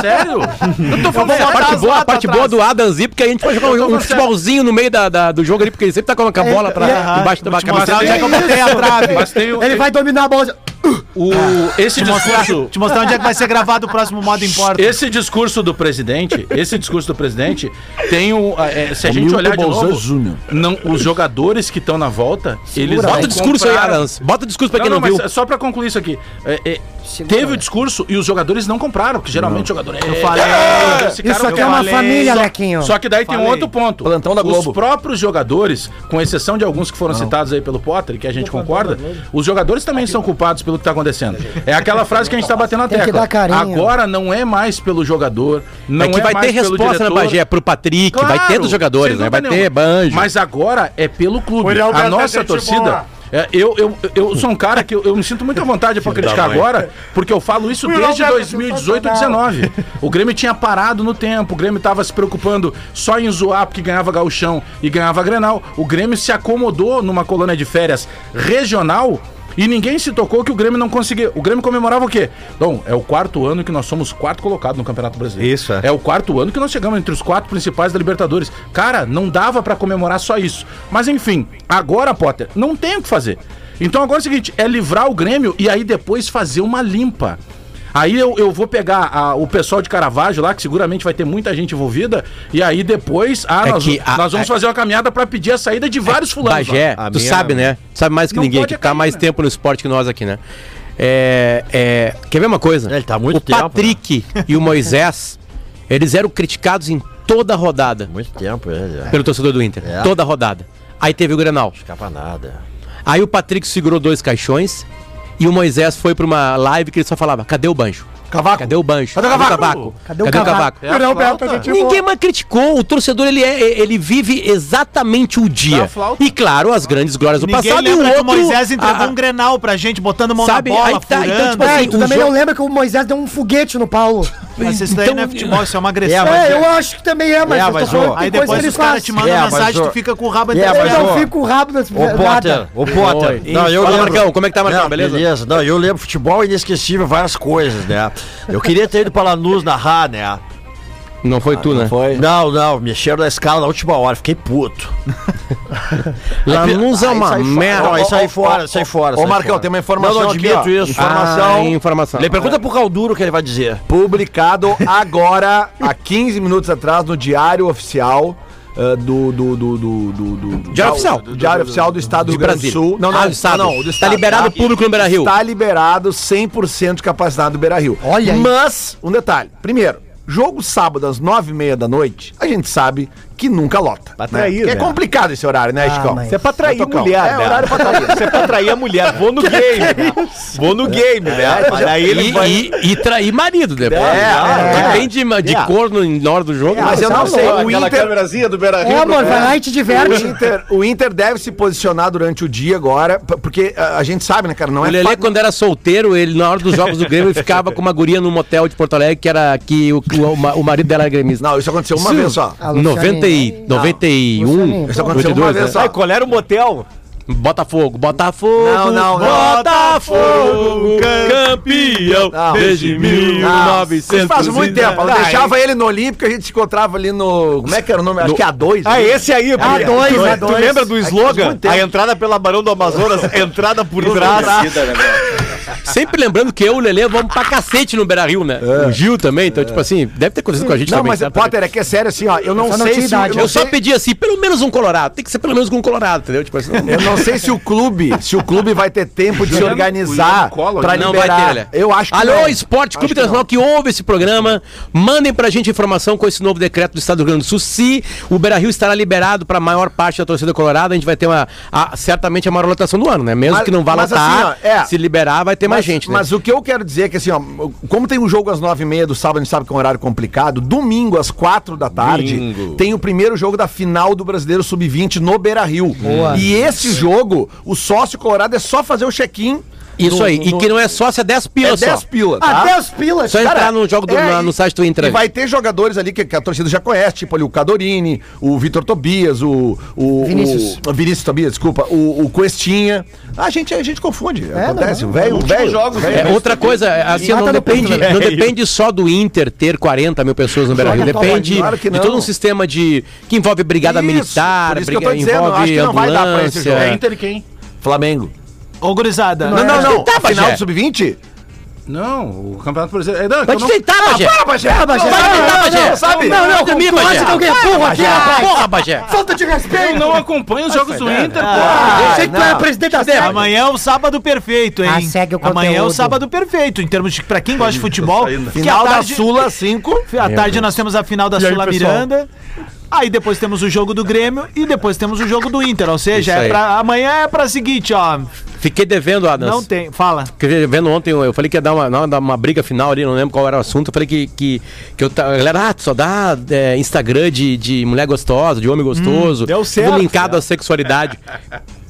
Speaker 7: Sério? Eu tô falando
Speaker 1: vou botar
Speaker 5: A
Speaker 7: sério.
Speaker 5: parte
Speaker 1: as
Speaker 5: boa, a
Speaker 1: latas
Speaker 5: parte
Speaker 1: atrás.
Speaker 5: boa do Adam Zip, que a gente pode jogar um, um futebolzinho no meio da, da- do jogo ali, porque ele sempre tá colocando
Speaker 7: É,
Speaker 5: a bola pra, debaixo da cabeça.
Speaker 1: Mostrar onde é que eu botei a trave.
Speaker 7: Mas tem o-
Speaker 2: Ele vai dominar a bola.
Speaker 7: o- esse discurso.
Speaker 1: Te mostrar onde é que vai ser gravado o próximo modo importa.
Speaker 7: Esse discurso do presidente, esse discurso do presidente tem um. é, se a gente olhar de novo, não, os jogadores que estão na volta, eles
Speaker 5: Bota
Speaker 7: não
Speaker 5: o discurso aí,
Speaker 7: compraram-
Speaker 5: Adam. Bota o discurso pra quem não,
Speaker 7: mas
Speaker 5: viu.
Speaker 7: Só pra concluir isso aqui. É, é,
Speaker 2: Segura,
Speaker 7: teve
Speaker 2: né?
Speaker 7: o discurso e os jogadores não compraram, porque geralmente o jogador é. Eu
Speaker 1: falei.
Speaker 2: Isso aqui é uma família, Lequinho.
Speaker 7: um Só que daí tem um outro ponto.
Speaker 6: Plantão da Globo.
Speaker 7: Os próprios jogadores, com exceção de alguns que foram citados aí pelo Potter, que a gente concorda, os jogadores também são culpados pelo que tá acontecendo. É aquela frase que a gente tá batendo na
Speaker 2: Tem que
Speaker 7: tecla.
Speaker 2: dar carinho.
Speaker 7: Agora não é mais pelo jogador, não
Speaker 5: é que vai ter
Speaker 7: mais pelo
Speaker 5: resposta na
Speaker 7: diretor.
Speaker 5: Bagé pro Patrick, vai
Speaker 7: Claro,
Speaker 5: ter dos jogadores,
Speaker 7: sem
Speaker 5: né? Vai
Speaker 7: dúvida
Speaker 5: ter
Speaker 7: nenhuma.
Speaker 5: banjo.
Speaker 7: Mas agora é pelo clube. A nossa torcida. é, eu, eu, eu sou um cara que eu, eu me sinto muito à vontade pra criticar agora, porque eu falo isso desde 2018 e 19. O Grêmio tinha parado no tempo, o Grêmio tava se preocupando só em zoar porque ganhava gauchão e ganhava grenal. O Grêmio se acomodou numa colônia de férias regional e ninguém se tocou que o Grêmio não conseguia. O Grêmio comemorava o quê? Bom, é o quarto ano que nós somos quarto colocado no Campeonato Brasileiro.
Speaker 4: Isso, é.
Speaker 7: É o quarto ano que nós chegamos entre os quatro principais da Libertadores. Cara, não dava pra comemorar só isso. Mas enfim, agora, Potter, não tem o que fazer. Então agora é o seguinte, é livrar o Grêmio e aí depois fazer uma limpa. Aí eu, eu vou pegar a- o pessoal de Caravaggio lá, que seguramente vai ter muita gente envolvida, e aí depois ah,
Speaker 5: É
Speaker 7: nós,
Speaker 5: que a-
Speaker 7: nós vamos fazer uma caminhada pra pedir a saída de vários fulanos. lá.
Speaker 5: Bagé,
Speaker 4: A
Speaker 5: tu
Speaker 4: minha-
Speaker 5: sabe, né? Tu sabe mais que
Speaker 7: Não
Speaker 5: ninguém,
Speaker 7: pode
Speaker 5: que tá
Speaker 7: cair,
Speaker 5: mais
Speaker 7: né?
Speaker 5: tempo no esporte que nós aqui, né? É, é, quer ver uma coisa?
Speaker 3: Ele tá há muito
Speaker 5: o
Speaker 3: tempo,
Speaker 5: Patrick e o Moisés, eles eram criticados em toda a rodada
Speaker 3: Muito tempo ele. é.
Speaker 5: pelo torcedor do Inter.
Speaker 3: É.
Speaker 5: Toda a rodada. Aí teve o Grenal.
Speaker 3: Escapa nada.
Speaker 5: Aí o Patrick segurou dois caixões e o Moisés foi pra uma live que ele só falava: cadê o banjo?
Speaker 6: Cavaco.
Speaker 5: Cadê o banjo?
Speaker 6: Cadê o cavaco?
Speaker 5: Cadê o cavaco? Cadê o cavaco?
Speaker 7: É a flauta.
Speaker 5: Ninguém mais criticou. O torcedor ele, é, ele vive exatamente o dia.
Speaker 7: flauta.
Speaker 5: E claro, as grandes glórias do
Speaker 1: Ninguém
Speaker 5: passado e o
Speaker 1: lembra que
Speaker 5: um outro.
Speaker 1: o Moisés entregou
Speaker 5: a-
Speaker 1: um grenal pra gente, botando mão
Speaker 5: Sabe,
Speaker 1: na bola,
Speaker 5: aí tá, então,
Speaker 1: furando.
Speaker 5: tipo,
Speaker 2: É,
Speaker 5: assim,
Speaker 2: e tu
Speaker 5: o
Speaker 2: também
Speaker 5: jogo-
Speaker 2: não lembra que o Moisés deu um foguete no Paulo.
Speaker 1: Mas isso daí
Speaker 5: Então-
Speaker 1: não é futebol, isso é uma agressão.
Speaker 2: É, eu acho que também é, mas
Speaker 3: É,
Speaker 2: eu tô
Speaker 3: mas,
Speaker 2: falando
Speaker 3: ó,
Speaker 2: que
Speaker 1: Aí
Speaker 2: tem coisa
Speaker 1: depois
Speaker 2: que eles
Speaker 1: os caras te
Speaker 2: fazem.
Speaker 1: mandam
Speaker 3: É, mas
Speaker 1: mensagem,
Speaker 3: o-
Speaker 1: tu fica com o rabo
Speaker 3: É,
Speaker 1: entre as
Speaker 3: mas
Speaker 2: Eu
Speaker 1: pernas.
Speaker 2: não
Speaker 3: ó,
Speaker 2: fico rápido nesse
Speaker 3: Ô, Potter, ô, Potter.
Speaker 5: Oi. Fala, Marcão, como é que tá, Marcão?
Speaker 3: Não,
Speaker 5: Beleza?
Speaker 3: Beleza. Não, eu lembro futebol é inesquecível, várias coisas, né? Eu queria ter ido pra Lanús narrar, né?
Speaker 5: Não foi tu, né?
Speaker 6: Foi.
Speaker 3: Não, não, mexeram na escala na última hora, fiquei puto.
Speaker 5: Lanús é uma merda.
Speaker 3: Não, aí sai fora, sai fora.
Speaker 6: Ô,
Speaker 3: sai
Speaker 6: Marcão,
Speaker 3: fora.
Speaker 6: tem uma informação
Speaker 3: Não, não
Speaker 6: aqui,
Speaker 3: admito
Speaker 6: ó.
Speaker 3: isso.
Speaker 5: Ah,
Speaker 3: Informação.
Speaker 5: informação.
Speaker 3: Ele pergunta pro Calduro o que ele vai dizer.
Speaker 6: Publicado agora, há 15 minutos atrás, no Diário Oficial. eh, do, do, do, do, do, do- do-
Speaker 5: Diário Oficial.
Speaker 6: do- Diário Oficial do Estado do Rio
Speaker 5: De
Speaker 6: Grande do
Speaker 5: Brasília.
Speaker 6: Sul. Não, não,
Speaker 5: Ah, do Estado.
Speaker 6: não,
Speaker 5: Tá liberado o público no Beira-Rio.
Speaker 6: Está liberado 100% capacidade do Beira Rio.
Speaker 2: Olha aí.
Speaker 6: Mas, um detalhe. Primeiro, jogo sábado às 9h30 da noite, a gente sabe que nunca lota.
Speaker 4: Pra
Speaker 6: né?
Speaker 4: atrair,
Speaker 6: Porque é
Speaker 4: né?
Speaker 6: complicado esse horário,
Speaker 5: Ah,
Speaker 6: né, Chicão?
Speaker 2: mas-
Speaker 4: Isso é pra atrair
Speaker 6: Tocão.
Speaker 4: mulher,
Speaker 6: É
Speaker 4: né?
Speaker 6: horário pra atrair.
Speaker 4: Isso é pra atrair a mulher. Vou no game, né? Vou
Speaker 3: É.
Speaker 4: no game, né? Mas aí ele
Speaker 5: E,
Speaker 4: vai...
Speaker 5: e- e trair marido depois.
Speaker 6: é,
Speaker 5: Depende de, de
Speaker 4: É.
Speaker 5: corno na hora do jogo.
Speaker 6: Mas eu não sei, o
Speaker 8: Aquela
Speaker 6: Inter,
Speaker 8: câmerazinha do Beira
Speaker 2: É,
Speaker 1: um
Speaker 8: Rio.
Speaker 2: amor, vai lá e te
Speaker 6: o,
Speaker 2: diverte.
Speaker 6: Inter, o Inter deve se posicionar durante o dia agora, p- porque a, a gente sabe, né, cara? Não
Speaker 5: O
Speaker 6: é
Speaker 5: Lelê,
Speaker 6: fácil.
Speaker 5: quando era solteiro, ele, na hora dos jogos do Grêmio, ele ficava com uma guria num motel de Porto Alegre que era que o, o, o marido dela era gremista.
Speaker 6: Não, isso aconteceu uma
Speaker 5: Isso-
Speaker 6: vez só.
Speaker 2: Ah, Lucianinho.
Speaker 5: 90 e,
Speaker 2: Não,
Speaker 5: 91,
Speaker 2: Lucianinho, Isso
Speaker 6: aconteceu
Speaker 5: 92,
Speaker 6: uma vez
Speaker 5: né?
Speaker 6: só.
Speaker 4: Ai, qual era o motel?
Speaker 5: Botafogo, Botafogo,
Speaker 6: Não, não, não.
Speaker 5: Botafogo, campeão
Speaker 6: Não.
Speaker 5: desde
Speaker 6: Não, isso
Speaker 5: 1900
Speaker 6: faz muito tempo. Ela
Speaker 4: Ah,
Speaker 6: deixava ele no Olímpico, a gente se encontrava ali no. Como é que era o nome? Acho que é A2.
Speaker 4: Ah,
Speaker 6: né?
Speaker 4: esse aí. porque-
Speaker 2: dois,
Speaker 4: tu,
Speaker 2: é
Speaker 4: tu
Speaker 2: dois.
Speaker 4: lembra do
Speaker 6: faz
Speaker 4: slogan?
Speaker 6: muito tempo.
Speaker 4: A entrada pela Barão do Amazonas, entrada por trás.
Speaker 8: né,
Speaker 5: Sempre lembrando que eu e o Lelê vamos pra cacete no Beira-Rio, né? O Gil também, então, tipo assim, deve ter acontecido com a gente
Speaker 6: Não,
Speaker 5: também.
Speaker 6: mas
Speaker 5: sabe?
Speaker 6: Potter, é que é sério assim, ó. Eu não
Speaker 2: Só não
Speaker 6: sei
Speaker 2: tinha
Speaker 6: se.
Speaker 2: idade,
Speaker 6: eu
Speaker 5: Eu
Speaker 6: não
Speaker 5: só
Speaker 6: sei-
Speaker 5: pedi assim, pelo menos um colorado. Tem que ser pelo menos um colorado, entendeu? Tipo assim,
Speaker 6: Eu não sei se o clube, se o clube vai ter tempo de se
Speaker 7: Juliano-
Speaker 6: organizar
Speaker 7: Juliano Collor,
Speaker 6: pra
Speaker 7: né?
Speaker 5: Não
Speaker 6: liberar.
Speaker 5: vai ter, Lelé.
Speaker 6: Eu acho que
Speaker 5: Alô,
Speaker 6: não. é.
Speaker 5: Esporte Clube
Speaker 6: Acho que
Speaker 5: Internacional que, ouve esse programa, mandem pra gente informação com esse novo decreto do Estado do Rio Grande do Sul. Se o Beira Rio estará liberado pra maior parte da torcida colorada, a gente vai ter uma, a- certamente a maior lotação do ano, né? Mesmo
Speaker 6: Mas-
Speaker 5: que não vá
Speaker 6: mas
Speaker 5: lotar,
Speaker 6: assim, ó, é.
Speaker 5: se liberar, vai ter mais
Speaker 6: mas,
Speaker 5: gente, né?
Speaker 6: Mas o que eu quero dizer é que, assim, ó, como tem um jogo às nove e meia do sábado, a gente sabe que é um horário complicado, domingo às quatro da tarde tem o primeiro jogo da final do Brasileiro Sub-20 no Beira-Rio. E esse jogo, o sócio colorado é só fazer o check-in.
Speaker 5: Isso
Speaker 6: no-
Speaker 5: aí. E
Speaker 6: no-
Speaker 5: que não é sócio, é 10
Speaker 6: é
Speaker 5: pilas
Speaker 6: 10
Speaker 5: só. Ah,
Speaker 6: pila, tá?
Speaker 2: Até os pilas.
Speaker 5: Só
Speaker 2: cara.
Speaker 5: entrar no, jogo do,
Speaker 6: é,
Speaker 5: na- no site do Intra.
Speaker 6: E vai ter jogadores ali que, que a torcida já conhece, tipo ali o Cadorini, o Vitor Tobias, o. o
Speaker 2: Vinícius.
Speaker 6: o- Vinícius Tobias, desculpa, o, o Cuestinha. A gente, a gente confunde. acontece, o velho. o velho-
Speaker 8: jogos,
Speaker 6: velho-
Speaker 5: É, outra coisa, é,
Speaker 6: Ah,
Speaker 5: assim,
Speaker 2: Mata
Speaker 5: não
Speaker 6: tá
Speaker 2: no
Speaker 5: depende,
Speaker 2: peito, né?
Speaker 5: não depende só do Inter ter 40 mil pessoas no Beira Rio.
Speaker 6: Joga com a
Speaker 5: Depende
Speaker 6: bola, claro É que
Speaker 5: de
Speaker 6: não.
Speaker 5: todo um sistema de. que envolve brigada
Speaker 6: Isso,
Speaker 5: militar,
Speaker 6: por isso que eu
Speaker 5: briga-
Speaker 6: tô dizendo,
Speaker 5: envolve
Speaker 6: acho que não vai dar pra esse jogo.
Speaker 7: É
Speaker 5: ambulância.
Speaker 7: Inter quem?
Speaker 6: Flamengo.
Speaker 1: Ô, gurizada.
Speaker 2: é?
Speaker 6: Não, não, não.
Speaker 5: Tá,
Speaker 6: a final
Speaker 5: Bagé.
Speaker 6: do Sub-20?
Speaker 7: Não, o Campeonato Brasileiro. é, Não, é que eu
Speaker 5: Pode
Speaker 7: não-
Speaker 5: tentar, Bagé!
Speaker 6: Bagé.
Speaker 2: Ah,
Speaker 5: Vai
Speaker 2: Bagé. Não,
Speaker 5: tentar,
Speaker 2: não,
Speaker 5: Bagé!
Speaker 2: não,
Speaker 6: sabe?
Speaker 5: Não, não, dormir,
Speaker 2: Tu acha
Speaker 5: Bagé!
Speaker 2: que alguém é burro aqui, rapaz?
Speaker 5: Porra, Bagé!
Speaker 2: Falta de respeito.
Speaker 7: eu não acompanho os jogos do Inter,
Speaker 2: Ah,
Speaker 7: pô.
Speaker 2: Eu sei que tu era presidente da SEC.
Speaker 1: Amanhã é o sábado perfeito, hein?
Speaker 2: Tá Ah, segue o
Speaker 1: Amanhã é o
Speaker 2: conteúdo.
Speaker 1: sábado perfeito, em termos de. Pra quem gosta
Speaker 4: Tá
Speaker 1: de futebol, que
Speaker 6: Final
Speaker 1: à
Speaker 6: da
Speaker 1: tarde-
Speaker 6: Sula 5.
Speaker 1: À tarde nós temos a final da Sula Miranda. Aí depois temos o jogo do Grêmio e depois temos o jogo do Inter. Ou seja,
Speaker 5: Isso
Speaker 1: é
Speaker 5: aí.
Speaker 1: pra- amanhã é pra seguinte, ó.
Speaker 5: Fiquei devendo, Adams.
Speaker 1: Não tem. Fala.
Speaker 5: Fiquei Vendo ontem, eu eu falei que ia dar uma, não, dar uma briga final ali, não lembro qual era o assunto. Eu falei que, que, que eu ta- a galera, ah, tu só dá é, Instagram de, de mulher gostosa, de homem gostoso.
Speaker 1: deu
Speaker 5: tudo
Speaker 1: certo,
Speaker 5: linkado à sexualidade.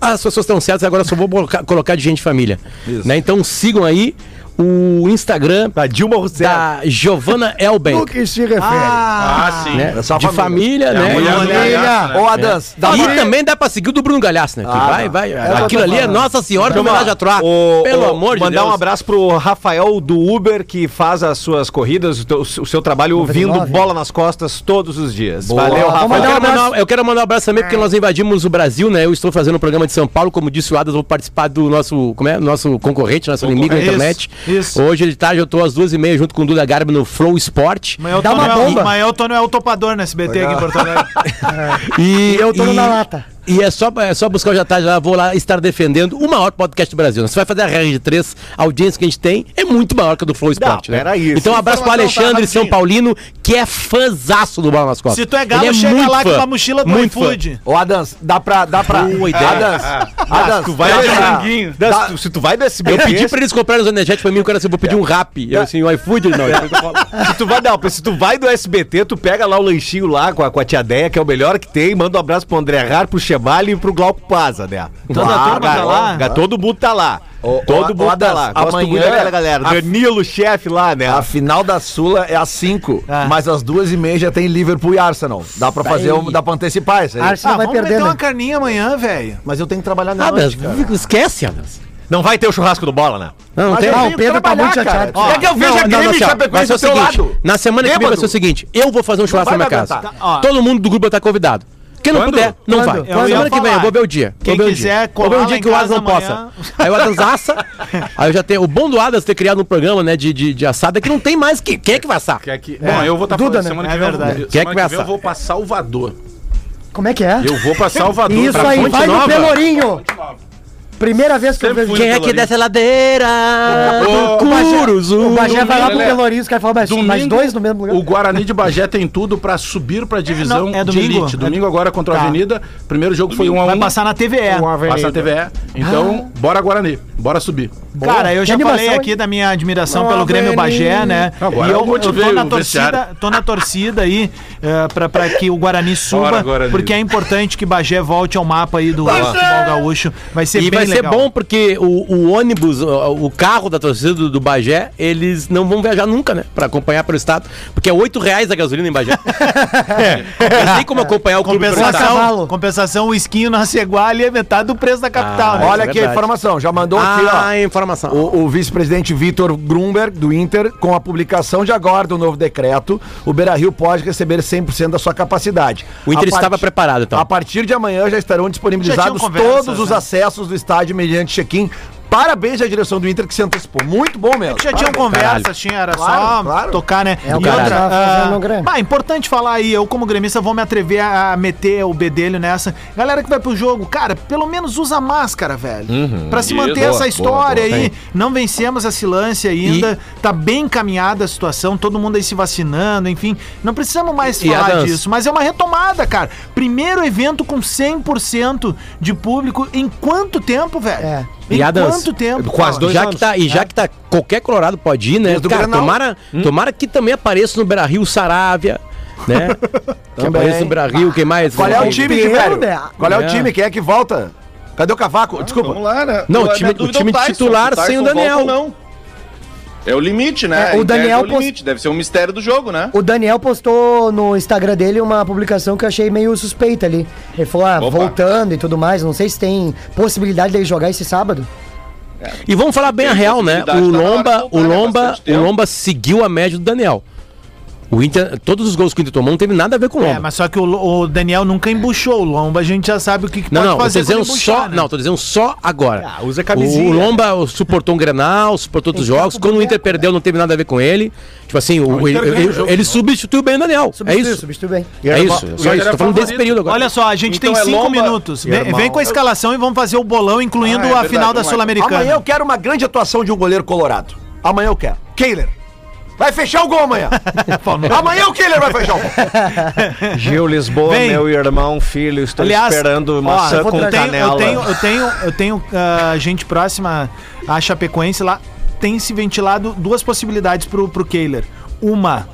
Speaker 5: Ah, As pessoas estão certas, agora eu só vou colocar, colocar de gente e família. Né? Então sigam aí o Instagram
Speaker 4: Da Dilma Rousseff.
Speaker 5: da Giovanna Elben.
Speaker 2: que se refere.
Speaker 7: Ah, sim.
Speaker 5: Né?
Speaker 6: é só a
Speaker 5: De família, né?
Speaker 7: mulher
Speaker 5: E-
Speaker 7: do Galhaço, né?
Speaker 6: Ou a dança.
Speaker 5: e também dá pra seguir o do Bruno Galhaço, né? Que vai, vai. Aquilo ali é Nossa Senhora de homenagem à Troá.
Speaker 4: O-
Speaker 5: Pelo
Speaker 4: o-
Speaker 5: amor de Deus.
Speaker 4: Mandar um abraço pro Rafael do Uber, que faz as suas corridas, o, teu- o seu trabalho ouvindo
Speaker 2: 99.
Speaker 4: bola nas costas todos os dias. Valeu, Ah,
Speaker 2: Vamos
Speaker 4: Rafael.
Speaker 5: Eu
Speaker 2: mandar um
Speaker 5: quero,
Speaker 2: abraço.
Speaker 5: mandar, eu quero mandar um abraço também porque nós invadimos o Brasil, né? Eu estou fazendo um programa de São Paulo, como disse o Adas, vou participar do nosso, como é? nosso concorrente, nosso inimigo na
Speaker 1: Isso,
Speaker 5: internet.
Speaker 1: isso.
Speaker 5: Hoje de tarde eu estou às duas e meia junto com o Duda Garbi no Flow Sport.
Speaker 1: Amanhã o
Speaker 2: Dá
Speaker 1: Tono
Speaker 2: uma
Speaker 1: é o-
Speaker 2: bomba.
Speaker 1: Amanhã o Tono é o topador no SBT aqui em Porto Alegre.
Speaker 5: E
Speaker 2: eu tô na lata.
Speaker 5: E é só, é só buscar hoje à tarde lá, vou lá estar defendendo o maior podcast do Brasil. né? Você vai fazer a regra de três, a audiência que a gente tem é muito maior que a do Flow Sport, né?
Speaker 4: era isso.
Speaker 5: Então um
Speaker 1: é
Speaker 5: abraço pro
Speaker 8: Informação, tá
Speaker 5: Alexandre
Speaker 8: rapidinho.
Speaker 5: São Paulino, que é fãzaço do Bola nas Costas.
Speaker 1: Se tu é galo,
Speaker 5: Ele
Speaker 1: chega
Speaker 5: muito
Speaker 1: lá com
Speaker 5: fã,
Speaker 1: a mochila do
Speaker 5: muito fã.
Speaker 1: iFood.
Speaker 6: Ô, Adans, dá pra. Dá pra.
Speaker 5: Boa ideia.
Speaker 6: Adans, Adans,
Speaker 4: Tu vai
Speaker 6: dá
Speaker 5: um
Speaker 4: desse-
Speaker 6: pra-
Speaker 4: Desse- desse- se tu vai do SBT,
Speaker 5: Eu pedi pra eles comprarem os energéticos pra mim, o cara assim, eu vou pedir um rap. Eu assim, o iFood, ele não. ele-
Speaker 4: se tu vai, não, se tu vai do SBT, tu pega lá o lanchinho lá com a, com a tia Deia, que é o melhor que tem, manda um abraço pro André Rar, pro Chevali e pro Glauco Paza, né?
Speaker 1: Toda
Speaker 4: Lá,
Speaker 1: a turma tá
Speaker 4: cara,
Speaker 1: lá?
Speaker 4: cara, Todo mundo tá lá. todo
Speaker 6: ô,
Speaker 4: mundo tá
Speaker 6: Adas,
Speaker 4: lá. Gosto muito
Speaker 6: amanhã
Speaker 4: daquela galera.
Speaker 6: a-
Speaker 4: Danilo, chefe lá, né?
Speaker 6: né? A final da Sula é às 5,
Speaker 1: Ah.
Speaker 6: mas às duas e meia já tem Liverpool e Arsenal. Dá pra fazer, um, dá pra antecipar isso aí.
Speaker 2: Arsenal vai perder,
Speaker 1: Ah, meter
Speaker 2: né?
Speaker 1: uma carninha amanhã, velho.
Speaker 6: Mas eu tenho que trabalhar na
Speaker 5: Adams,
Speaker 6: noite, cara.
Speaker 5: esquece, Adams.
Speaker 4: Não vai ter o churrasco do bola, né?
Speaker 5: Não, não
Speaker 6: Mas
Speaker 5: tem.
Speaker 6: eu
Speaker 2: Ah,
Speaker 6: tenho
Speaker 2: o Pedro tá
Speaker 6: trabalhar,
Speaker 2: muito
Speaker 6: cara.
Speaker 2: chateado.
Speaker 6: É que eu vejo a
Speaker 5: não,
Speaker 6: Grêmio e
Speaker 5: assim, ó, vai
Speaker 6: Chapecoense
Speaker 5: ser
Speaker 6: do
Speaker 5: o
Speaker 6: teu
Speaker 5: seguinte,
Speaker 6: lado.
Speaker 5: Na semana que vem vai ser o
Speaker 6: Bêbado.
Speaker 5: seguinte: eu vou fazer um churrasco na minha casa.
Speaker 6: levantar.
Speaker 1: Tá, ó.
Speaker 5: Todo mundo do grupo vai estar convidado. Quem não
Speaker 7: Quando?
Speaker 5: puder, não
Speaker 2: Quando?
Speaker 5: vai.
Speaker 1: Eu ia
Speaker 5: semana que vem,
Speaker 1: falar.
Speaker 5: eu vou ver o dia.
Speaker 1: Quem
Speaker 5: vou ver
Speaker 1: quiser
Speaker 5: o dia. Vou ver
Speaker 1: colar
Speaker 5: o dia
Speaker 1: lá
Speaker 5: que
Speaker 1: em
Speaker 5: o Adas
Speaker 1: casa
Speaker 5: não possa.
Speaker 1: amanhã.
Speaker 5: Aí o Adas assa. Aí eu já tenho. O bom do Adas ter criado um programa, né, de, de, de assada que não tem mais. Quem, quem é que vai assar?
Speaker 7: Quer que... Bom, eu vou estar
Speaker 2: Duda,
Speaker 7: falando
Speaker 2: né?
Speaker 7: semana
Speaker 1: É
Speaker 7: que vem.
Speaker 1: verdade.
Speaker 7: eu vou-
Speaker 5: Quem é
Speaker 7: Semana
Speaker 5: que
Speaker 7: que
Speaker 5: vai
Speaker 7: vem eu
Speaker 5: assar?
Speaker 7: vou pra Salvador.
Speaker 2: Como é que é?
Speaker 7: Eu vou pra Salvador.
Speaker 2: Isso
Speaker 7: pra
Speaker 2: aí,
Speaker 7: Fonte
Speaker 2: vai no
Speaker 7: Nova.
Speaker 2: Pelourinho. Primeira vez que eu
Speaker 7: Sempre
Speaker 2: vejo.
Speaker 7: fui
Speaker 5: Quem é que
Speaker 7: Pelourinho.
Speaker 5: desce a ladeira?
Speaker 7: Ô,
Speaker 5: Do
Speaker 2: Bagé-
Speaker 5: Curuzu.
Speaker 2: O Bagé vai lá pro
Speaker 7: Lelé.
Speaker 2: Pelourinho, os caras falam, mas, mas dois no mesmo lugar.
Speaker 7: O Guarani de Bagé tem tudo pra subir pra divisão
Speaker 1: não, é
Speaker 7: de
Speaker 1: domingo.
Speaker 7: elite. Domingo agora contra a
Speaker 1: Tá.
Speaker 7: Avenida. Primeiro jogo foi 1 um a 1
Speaker 1: Vai
Speaker 7: um,
Speaker 1: passar na TVE.
Speaker 7: Passa a TVE. Então,
Speaker 6: Ah.
Speaker 7: bora Guarani. Bora subir.
Speaker 1: Cara, eu já
Speaker 2: Que
Speaker 1: falei
Speaker 2: animação,
Speaker 1: aqui da minha admiração
Speaker 2: Nova
Speaker 1: pelo Grêmio Bagé,
Speaker 2: Avenida.
Speaker 1: né?
Speaker 7: Agora é
Speaker 1: e eu,
Speaker 7: eu motivei
Speaker 1: tô na
Speaker 7: o vestiário.
Speaker 1: torcida, tô na torcida aí eh, pra para que o Guarani suba,
Speaker 7: Bora, Guarani.
Speaker 1: porque é importante que Bagé volte ao mapa aí do futebol gaúcho. Vai ser
Speaker 5: E
Speaker 1: bem
Speaker 5: vai
Speaker 1: legal.
Speaker 5: ser bom porque o, o ônibus, o, o carro da torcida do, do Bagé, eles não vão viajar nunca, né? Pra acompanhar pro estado. Porque é 8 reais a gasolina em Bagé. Não tem como acompanhar o clube pelo estado.
Speaker 1: Compensação,
Speaker 2: cavalo.
Speaker 1: compensação, o esquinho na Cegualha é metade do preço da capital.
Speaker 5: Ah,
Speaker 1: né?
Speaker 6: Olha
Speaker 5: é
Speaker 6: aqui a
Speaker 5: verdade.
Speaker 6: informação, já mandou aqui, ó.
Speaker 5: Ah, informação.
Speaker 6: O, o vice-presidente Vitor Grunberg, do Inter, com a publicação de agora do novo decreto, o Beira Rio pode receber 100% da sua capacidade.
Speaker 5: O Inter
Speaker 6: A part-
Speaker 5: estava preparado, então.
Speaker 6: A partir de amanhã já estarão disponibilizados
Speaker 1: Já tinham conversas,
Speaker 6: todos os
Speaker 1: né?
Speaker 6: acessos do estádio mediante check-in. Parabéns à direção do Inter que se antecipou. Muito bom mesmo.
Speaker 1: É Já tinham
Speaker 6: Parabéns.
Speaker 1: conversas, tinha, era só
Speaker 6: Claro, claro.
Speaker 1: tocar, né?
Speaker 2: É o cara tava
Speaker 1: ah,
Speaker 2: fazendo no Grêmio.
Speaker 1: bah, importante falar aí, eu como gremista vou me atrever a meter o bedelho nessa. Galera que vai pro jogo, cara, pelo menos usa máscara, velho. pra se
Speaker 8: Isso.
Speaker 1: manter
Speaker 8: Boa,
Speaker 1: essa
Speaker 8: boa,
Speaker 1: história
Speaker 8: boa.
Speaker 1: aí. Não vencemos esse lance ainda. Tá bem encaminhada a situação, todo mundo aí se vacinando, enfim. Não precisamos mais
Speaker 5: E a
Speaker 1: falar
Speaker 5: dança?
Speaker 1: disso, mas é uma retomada, cara. Primeiro evento com 100% de público em quanto tempo, velho?
Speaker 2: É.
Speaker 1: Em
Speaker 5: E a dança?
Speaker 1: quanto tempo?
Speaker 4: Quase dois
Speaker 5: já
Speaker 4: anos.
Speaker 5: que tá, e já que tá, qualquer colorado pode ir, né?
Speaker 6: Desde o
Speaker 5: Cara,
Speaker 6: Grenal.
Speaker 5: tomara, tomara que também apareça no Beira-Rio Saravia, né? que apareça no Beira-Rio, quem mais?
Speaker 6: Qual é o
Speaker 5: Quem-
Speaker 6: time, de
Speaker 2: Pedro,
Speaker 6: velho?
Speaker 2: né?
Speaker 6: Qual é o
Speaker 5: É.
Speaker 6: time? Quem é que volta? Cadê o Cavaco? Desculpa.
Speaker 8: Vamos lá, né?
Speaker 5: Não, o
Speaker 8: Minha
Speaker 5: time- o
Speaker 8: dúvida é
Speaker 5: time titular
Speaker 8: Tyson
Speaker 5: sem o
Speaker 8: volta ou
Speaker 5: Daniel.
Speaker 8: Não. É o limite,
Speaker 2: É,
Speaker 8: né?
Speaker 2: o
Speaker 8: Em tese
Speaker 2: Daniel
Speaker 8: é o
Speaker 2: post-
Speaker 8: limite. Deve ser um mistério do jogo, né?
Speaker 2: O Daniel postou no Instagram dele uma publicação que eu achei meio suspeita ali. Ele falou, ah,
Speaker 8: Opa.
Speaker 2: voltando e tudo mais, não sei se tem possibilidade dele jogar esse sábado.
Speaker 5: E vamos falar bem a
Speaker 8: Tem
Speaker 5: real, né? O
Speaker 8: possibilidade, tá na hora de
Speaker 5: Lomba, o
Speaker 8: voltar, né?
Speaker 5: Lomba,
Speaker 8: Bastante
Speaker 5: o
Speaker 8: tempo.
Speaker 5: Lomba seguiu a média do Daniel. O Inter, todos os gols que o Inter tomou não teve nada a ver com o Lomba.
Speaker 1: É, mas só que o, o Daniel nunca embuchou o Lomba, a gente já sabe o que, que
Speaker 5: Não, não, eu tô
Speaker 1: quando
Speaker 5: dizendo
Speaker 1: embuchar,
Speaker 5: só.
Speaker 1: né?
Speaker 5: Não, tô dizendo só agora.
Speaker 4: Ah, usa camisinha.
Speaker 5: O Lomba suportou um Grenal, suportou outros jogos. Quando o Inter perdeu, não teve nada a ver com ele. Tipo assim, o- ele, ele- ele substituiu bem o Daniel. é isso.
Speaker 2: substitui bem.
Speaker 5: É isso. Só
Speaker 7: era
Speaker 5: isso. Tô falando desse
Speaker 7: favorito.
Speaker 5: período agora.
Speaker 1: Olha só, a gente
Speaker 8: Então
Speaker 1: tem
Speaker 8: é
Speaker 1: cinco
Speaker 8: Lomba
Speaker 1: minutos. Vem, vem com a escalação e vamos fazer o bolão, incluindo a
Speaker 8: Ah, é verdade,
Speaker 1: final da
Speaker 8: vamos lá.
Speaker 6: Amanhã eu
Speaker 1: Sul-Americana.
Speaker 6: quero uma grande atuação de um goleiro colorado. Amanhã eu quero. Kehler. Vai fechar o gol amanhã. amanhã o Kehler vai fechar o gol.
Speaker 4: Gil Lisboa,
Speaker 1: Vem.
Speaker 4: meu irmão, filho, estou
Speaker 1: Aliás,
Speaker 4: esperando
Speaker 1: ó,
Speaker 4: maçã
Speaker 1: eu
Speaker 4: com
Speaker 1: tenho-
Speaker 4: canela.
Speaker 1: Eu tenho, eu tenho, eu tenho ah, gente próxima à Chapecoense lá. Tem se ventilado duas possibilidades pro, pro Kehler. Uma,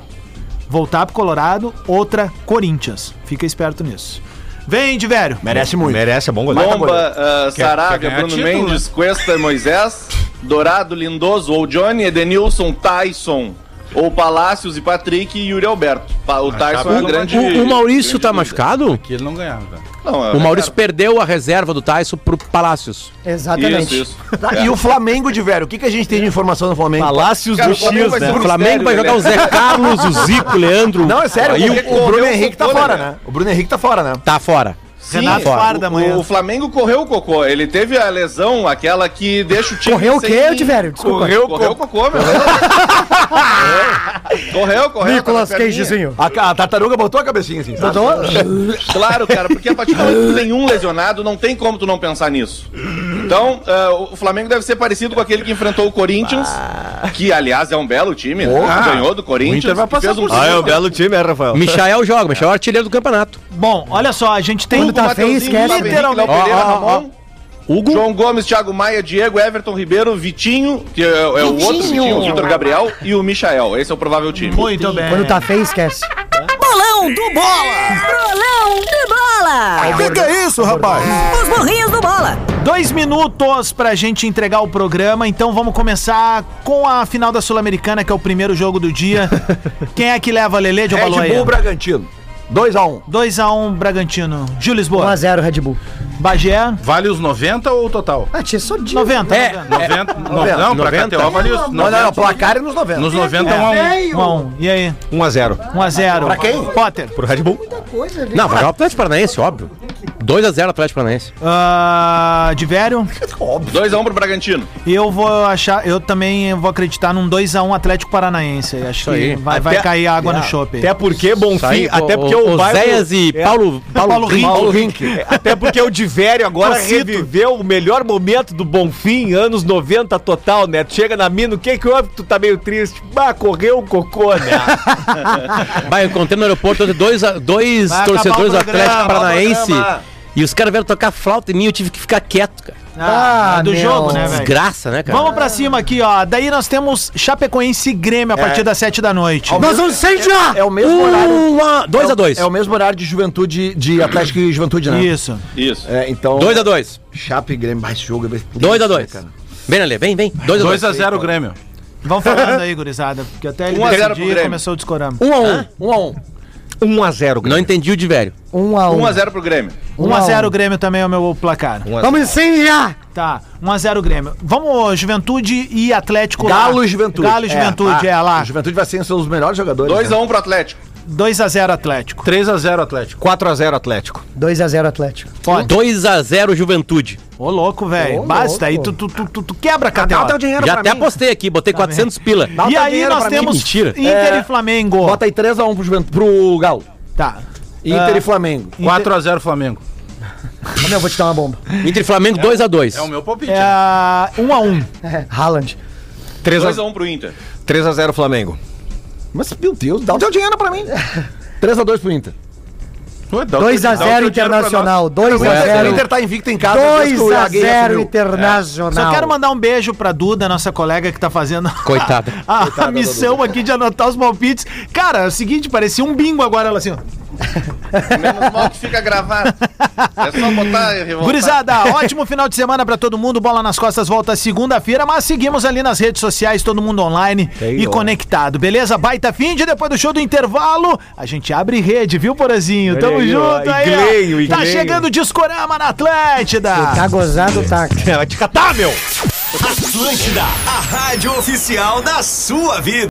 Speaker 1: voltar pro Colorado. Outra, Corinthians. Fica esperto nisso. Vem, de velho.
Speaker 6: Merece muito.
Speaker 4: Merece, é bom goleiro.
Speaker 8: Bomba, ah,
Speaker 4: Quer- quer
Speaker 8: Saravia,
Speaker 4: ganhar
Speaker 8: Bruno
Speaker 4: título, né?
Speaker 8: Mendes, Cuesta, Moisés, Dourado, Lindoso ou Johnny, Edenilson, Tyson ou Palácios e Patrick e Yuri Alberto. Pa- O Tyson é a grande.
Speaker 5: O, o Maurício
Speaker 8: grande
Speaker 5: tá
Speaker 8: dúvida.
Speaker 5: machucado?
Speaker 7: Que ele não ganhava.
Speaker 8: Não, é,
Speaker 5: O Maurício perdeu a reserva do Tyson pro Palácios.
Speaker 8: cara,
Speaker 2: Exatamente.
Speaker 8: Isso, isso.
Speaker 6: Tá, E o Flamengo de velho, o que, que a gente tem de informação do Flamengo?
Speaker 4: Palácios
Speaker 8: Cara,
Speaker 4: do
Speaker 8: o Flamengo
Speaker 4: X,
Speaker 8: vai ser
Speaker 4: né?
Speaker 5: O
Speaker 8: Por
Speaker 5: Flamengo
Speaker 8: sério,
Speaker 5: vai jogar
Speaker 8: né?
Speaker 5: o Zé Carlos, o Zico, o Leandro.
Speaker 6: Não, é sério,
Speaker 5: Aí
Speaker 6: o,
Speaker 5: o-
Speaker 6: o Bruno
Speaker 8: correu,
Speaker 6: Henrique tá
Speaker 8: correu,
Speaker 6: fora,
Speaker 8: né?
Speaker 6: né? O Bruno Henrique tá fora, né?
Speaker 5: Tá fora.
Speaker 8: Sim,
Speaker 1: Renato
Speaker 8: fora.
Speaker 1: Farda amanhã.
Speaker 8: O, o Flamengo correu o cocô. Ele teve a lesão, aquela que deixa o time.
Speaker 2: Correu o
Speaker 8: sem-
Speaker 2: quê, Diverio? Desculpa.
Speaker 8: Correu, correu o cocô, meu. É. correu, correu.
Speaker 2: Nicolas
Speaker 8: tá na perninha.
Speaker 2: Cagezinho.
Speaker 6: A, ca- a tartaruga botou a cabecinha assim. sabe?
Speaker 2: Tô-
Speaker 8: Claro, cara, porque a partir do momento que tu tem um lesionado, não tem como tu não pensar nisso. Então, ah, o Flamengo deve ser parecido com aquele que enfrentou o Corinthians, que, aliás, é um belo time, né? Ganhou do Corinthians.
Speaker 7: o Inter vai
Speaker 8: que
Speaker 7: passar
Speaker 8: fez um
Speaker 7: por
Speaker 4: Ah, é um
Speaker 8: belo
Speaker 4: belo time, é, Rafael?
Speaker 5: Michael joga, Michael é o artilheiro do campeonato.
Speaker 1: Bom, olha só, a gente tem.
Speaker 2: Quando tá feio, esquece.
Speaker 8: Literalmente.
Speaker 5: Ó,
Speaker 8: Pereira,
Speaker 5: ó, ó.
Speaker 8: Ramon,
Speaker 5: Hugo.
Speaker 8: João Gomes, Thiago Maia, Diego, Everton Ribeiro, Vitinho, que é, é o outro Vitinho, o Vitor Gabriel e o Michael. Esse é o provável time.
Speaker 1: Muito bem.
Speaker 2: Quando tá feio, esquece.
Speaker 10: Bolão do Bola! Bolão do Bola!
Speaker 6: O que, que é isso, rapaz?
Speaker 10: Os burrinhos do Bola!
Speaker 1: Dois minutos pra gente entregar o programa, então vamos começar com a final da Sul-Americana, que é o primeiro jogo do dia. Quem é que leva Lele de
Speaker 6: Red Bull
Speaker 1: Obaloia?
Speaker 6: Bragantino. 2x1.
Speaker 1: 2x1 Bragantino. Gil Lisboa.
Speaker 2: 1x0 Red Bull.
Speaker 1: Bagé.
Speaker 7: Vale os 90 ou o total?
Speaker 2: Ah, tinha só de...
Speaker 1: 90.
Speaker 5: É.
Speaker 7: 90, no- não, pra
Speaker 5: 90.
Speaker 7: KTO vale os 90.
Speaker 6: Não, não, não, placar é nos 90.
Speaker 7: Nos 90 é um a um.
Speaker 1: 1x1. E aí?
Speaker 4: 1x0
Speaker 1: 1x0. Pra quem? Potter.
Speaker 4: pro Red Bull.
Speaker 5: Não, vai jogar o Atlético é Paranaense, óbvio. 2x0 Atlético Paranaense.
Speaker 1: Ah, de velho,
Speaker 8: 2x1 pro Bragantino.
Speaker 1: eu vou achar, eu também vou acreditar num 2x1 Atlético Paranaense. aí. Acho que
Speaker 5: aí.
Speaker 1: vai, vai
Speaker 4: Até-
Speaker 1: cair água no chope.
Speaker 4: Até porque, Bonfim,
Speaker 5: Sai
Speaker 4: até porque
Speaker 5: o,
Speaker 4: o,
Speaker 5: o,
Speaker 4: bairro-
Speaker 5: Zéias e
Speaker 4: É.
Speaker 5: Paulo, Paulo,
Speaker 1: Paulo
Speaker 5: Rink.
Speaker 4: Paulo Rink. Até porque o Divério agora reviveu o melhor momento do Bonfim, anos 90 total, né? Tu chega na mina, o que que houve? Tu tá meio triste. Bah, correu o cocô, né?
Speaker 5: Vai, eu encontrei no aeroporto ontem dois, dois
Speaker 1: Vai acabar
Speaker 5: torcedores do
Speaker 1: o programa,
Speaker 5: Atlético Paranaense
Speaker 1: o programa.
Speaker 5: e os caras vieram tocar flauta em mim eu tive que ficar quieto, cara.
Speaker 1: Ah,
Speaker 2: Ah,
Speaker 1: do
Speaker 2: meu.
Speaker 1: jogo, né, velho?
Speaker 5: Desgraça, né, cara?
Speaker 1: Vamos pra cima aqui, ó. Daí nós temos Chapecoense e Grêmio a partir das 7 da noite.
Speaker 2: Nós vamos incendiar!
Speaker 6: É o mesmo horário.
Speaker 5: Uma, dois
Speaker 6: é o-
Speaker 5: a dois.
Speaker 6: É o mesmo horário de juventude, de Atlético e Juventude, né?
Speaker 1: Isso.
Speaker 8: Isso.
Speaker 6: É, então.
Speaker 5: 2 a 2
Speaker 6: Chape e Grêmio, mais jogo. é bem-
Speaker 5: 2 a 2
Speaker 6: Cara.
Speaker 5: Vem, Lele, vem, vem. 2 a 2
Speaker 7: 2x0 o Grêmio.
Speaker 1: Vamos falando aí, gurizada. Porque até ele
Speaker 8: Um a zero pro
Speaker 1: decidir,
Speaker 8: Grêmio.
Speaker 1: começou o discorama.
Speaker 5: 1x1.
Speaker 4: 1x0,
Speaker 5: Não entendi o de velho.
Speaker 2: Um a um.
Speaker 8: 1x0 pro Grêmio.
Speaker 1: 1x0 o Um Grêmio também é o meu placar.
Speaker 2: Vamos incendiar!
Speaker 1: Tá, 1x0 Grêmio. Vamos, Juventude e Atlético. lá.
Speaker 6: Galo e Juventude.
Speaker 1: Galo e Juventude, é,
Speaker 6: tá.
Speaker 1: lá.
Speaker 6: Juventude vai ser um dos melhores jogadores. né?
Speaker 8: 2x1 pro Atlético.
Speaker 1: 2x0 Atlético.
Speaker 7: 3x0 Atlético.
Speaker 4: 4x0 Atlético.
Speaker 2: 2x0 Atlético.
Speaker 5: 2x0 Juventude.
Speaker 1: Ô, louco, velho.
Speaker 2: Ô,
Speaker 1: Basta, aí tu, tu,
Speaker 2: louco.
Speaker 1: tu, tu, tu quebra a cadeia.
Speaker 6: Ah, Dá o teu dinheiro
Speaker 5: Já
Speaker 6: pra
Speaker 5: até
Speaker 6: mim.
Speaker 5: apostei aqui, botei 400 pila.
Speaker 6: Dá um o
Speaker 1: E
Speaker 6: teu
Speaker 1: aí
Speaker 6: dinheiro
Speaker 1: nós
Speaker 6: pra mim.
Speaker 1: temos
Speaker 5: mentira.
Speaker 1: Inter
Speaker 6: É.
Speaker 1: e Flamengo.
Speaker 6: Bota aí 3x1 pro, Juventude, pro Galo.
Speaker 1: Tá.
Speaker 6: Inter
Speaker 1: Ah.
Speaker 6: e Flamengo.
Speaker 7: 4x0 Flamengo.
Speaker 2: Como eu vou te dar uma bomba.
Speaker 5: Entre Flamengo
Speaker 6: um-
Speaker 5: 2x2.
Speaker 7: É o meu palpite.
Speaker 1: É, 1x1.
Speaker 2: É, Haaland.
Speaker 8: 2x1 pro Inter.
Speaker 4: um. 3x0 Flamengo.
Speaker 6: Mas, meu Deus, dá o teu dinheiro pra mim. 3x2 pro Inter.
Speaker 7: Ué, dá o- dá o teu
Speaker 2: 2x0
Speaker 7: dinheiro pra nós.
Speaker 2: Internacional.
Speaker 6: O
Speaker 2: 2x0.
Speaker 6: Inter tá invicto em casa. desde que o Aguirre
Speaker 2: 2x0
Speaker 6: assumiu.
Speaker 2: Internacional.
Speaker 1: Só quero mandar um beijo pra Duda, nossa colega que tá fazendo a-
Speaker 5: Coitada.
Speaker 1: a, a missão aqui de anotar os palpites. Cara, é o seguinte, parecia um bingo agora ela assim. ó.
Speaker 8: Menos mal que fica gravado. É só botar e revoltar.
Speaker 1: Gurizada, ótimo final de semana pra todo mundo. Bola nas costas volta segunda-feira, mas seguimos ali nas redes sociais, todo mundo online
Speaker 4: Tá
Speaker 1: e conectado, beleza? Baita fim de depois do show do intervalo. A gente abre rede, viu, Porazinho? Tamo
Speaker 4: aí, ó,
Speaker 1: junto aí.
Speaker 4: Igleio,
Speaker 1: ó. Tá
Speaker 4: Igleio.
Speaker 1: chegando o Discorama na Atlântida.
Speaker 2: Tá gozado, tá.
Speaker 4: Vai te é catar, meu!
Speaker 9: Atlântida, a rádio oficial da sua vida.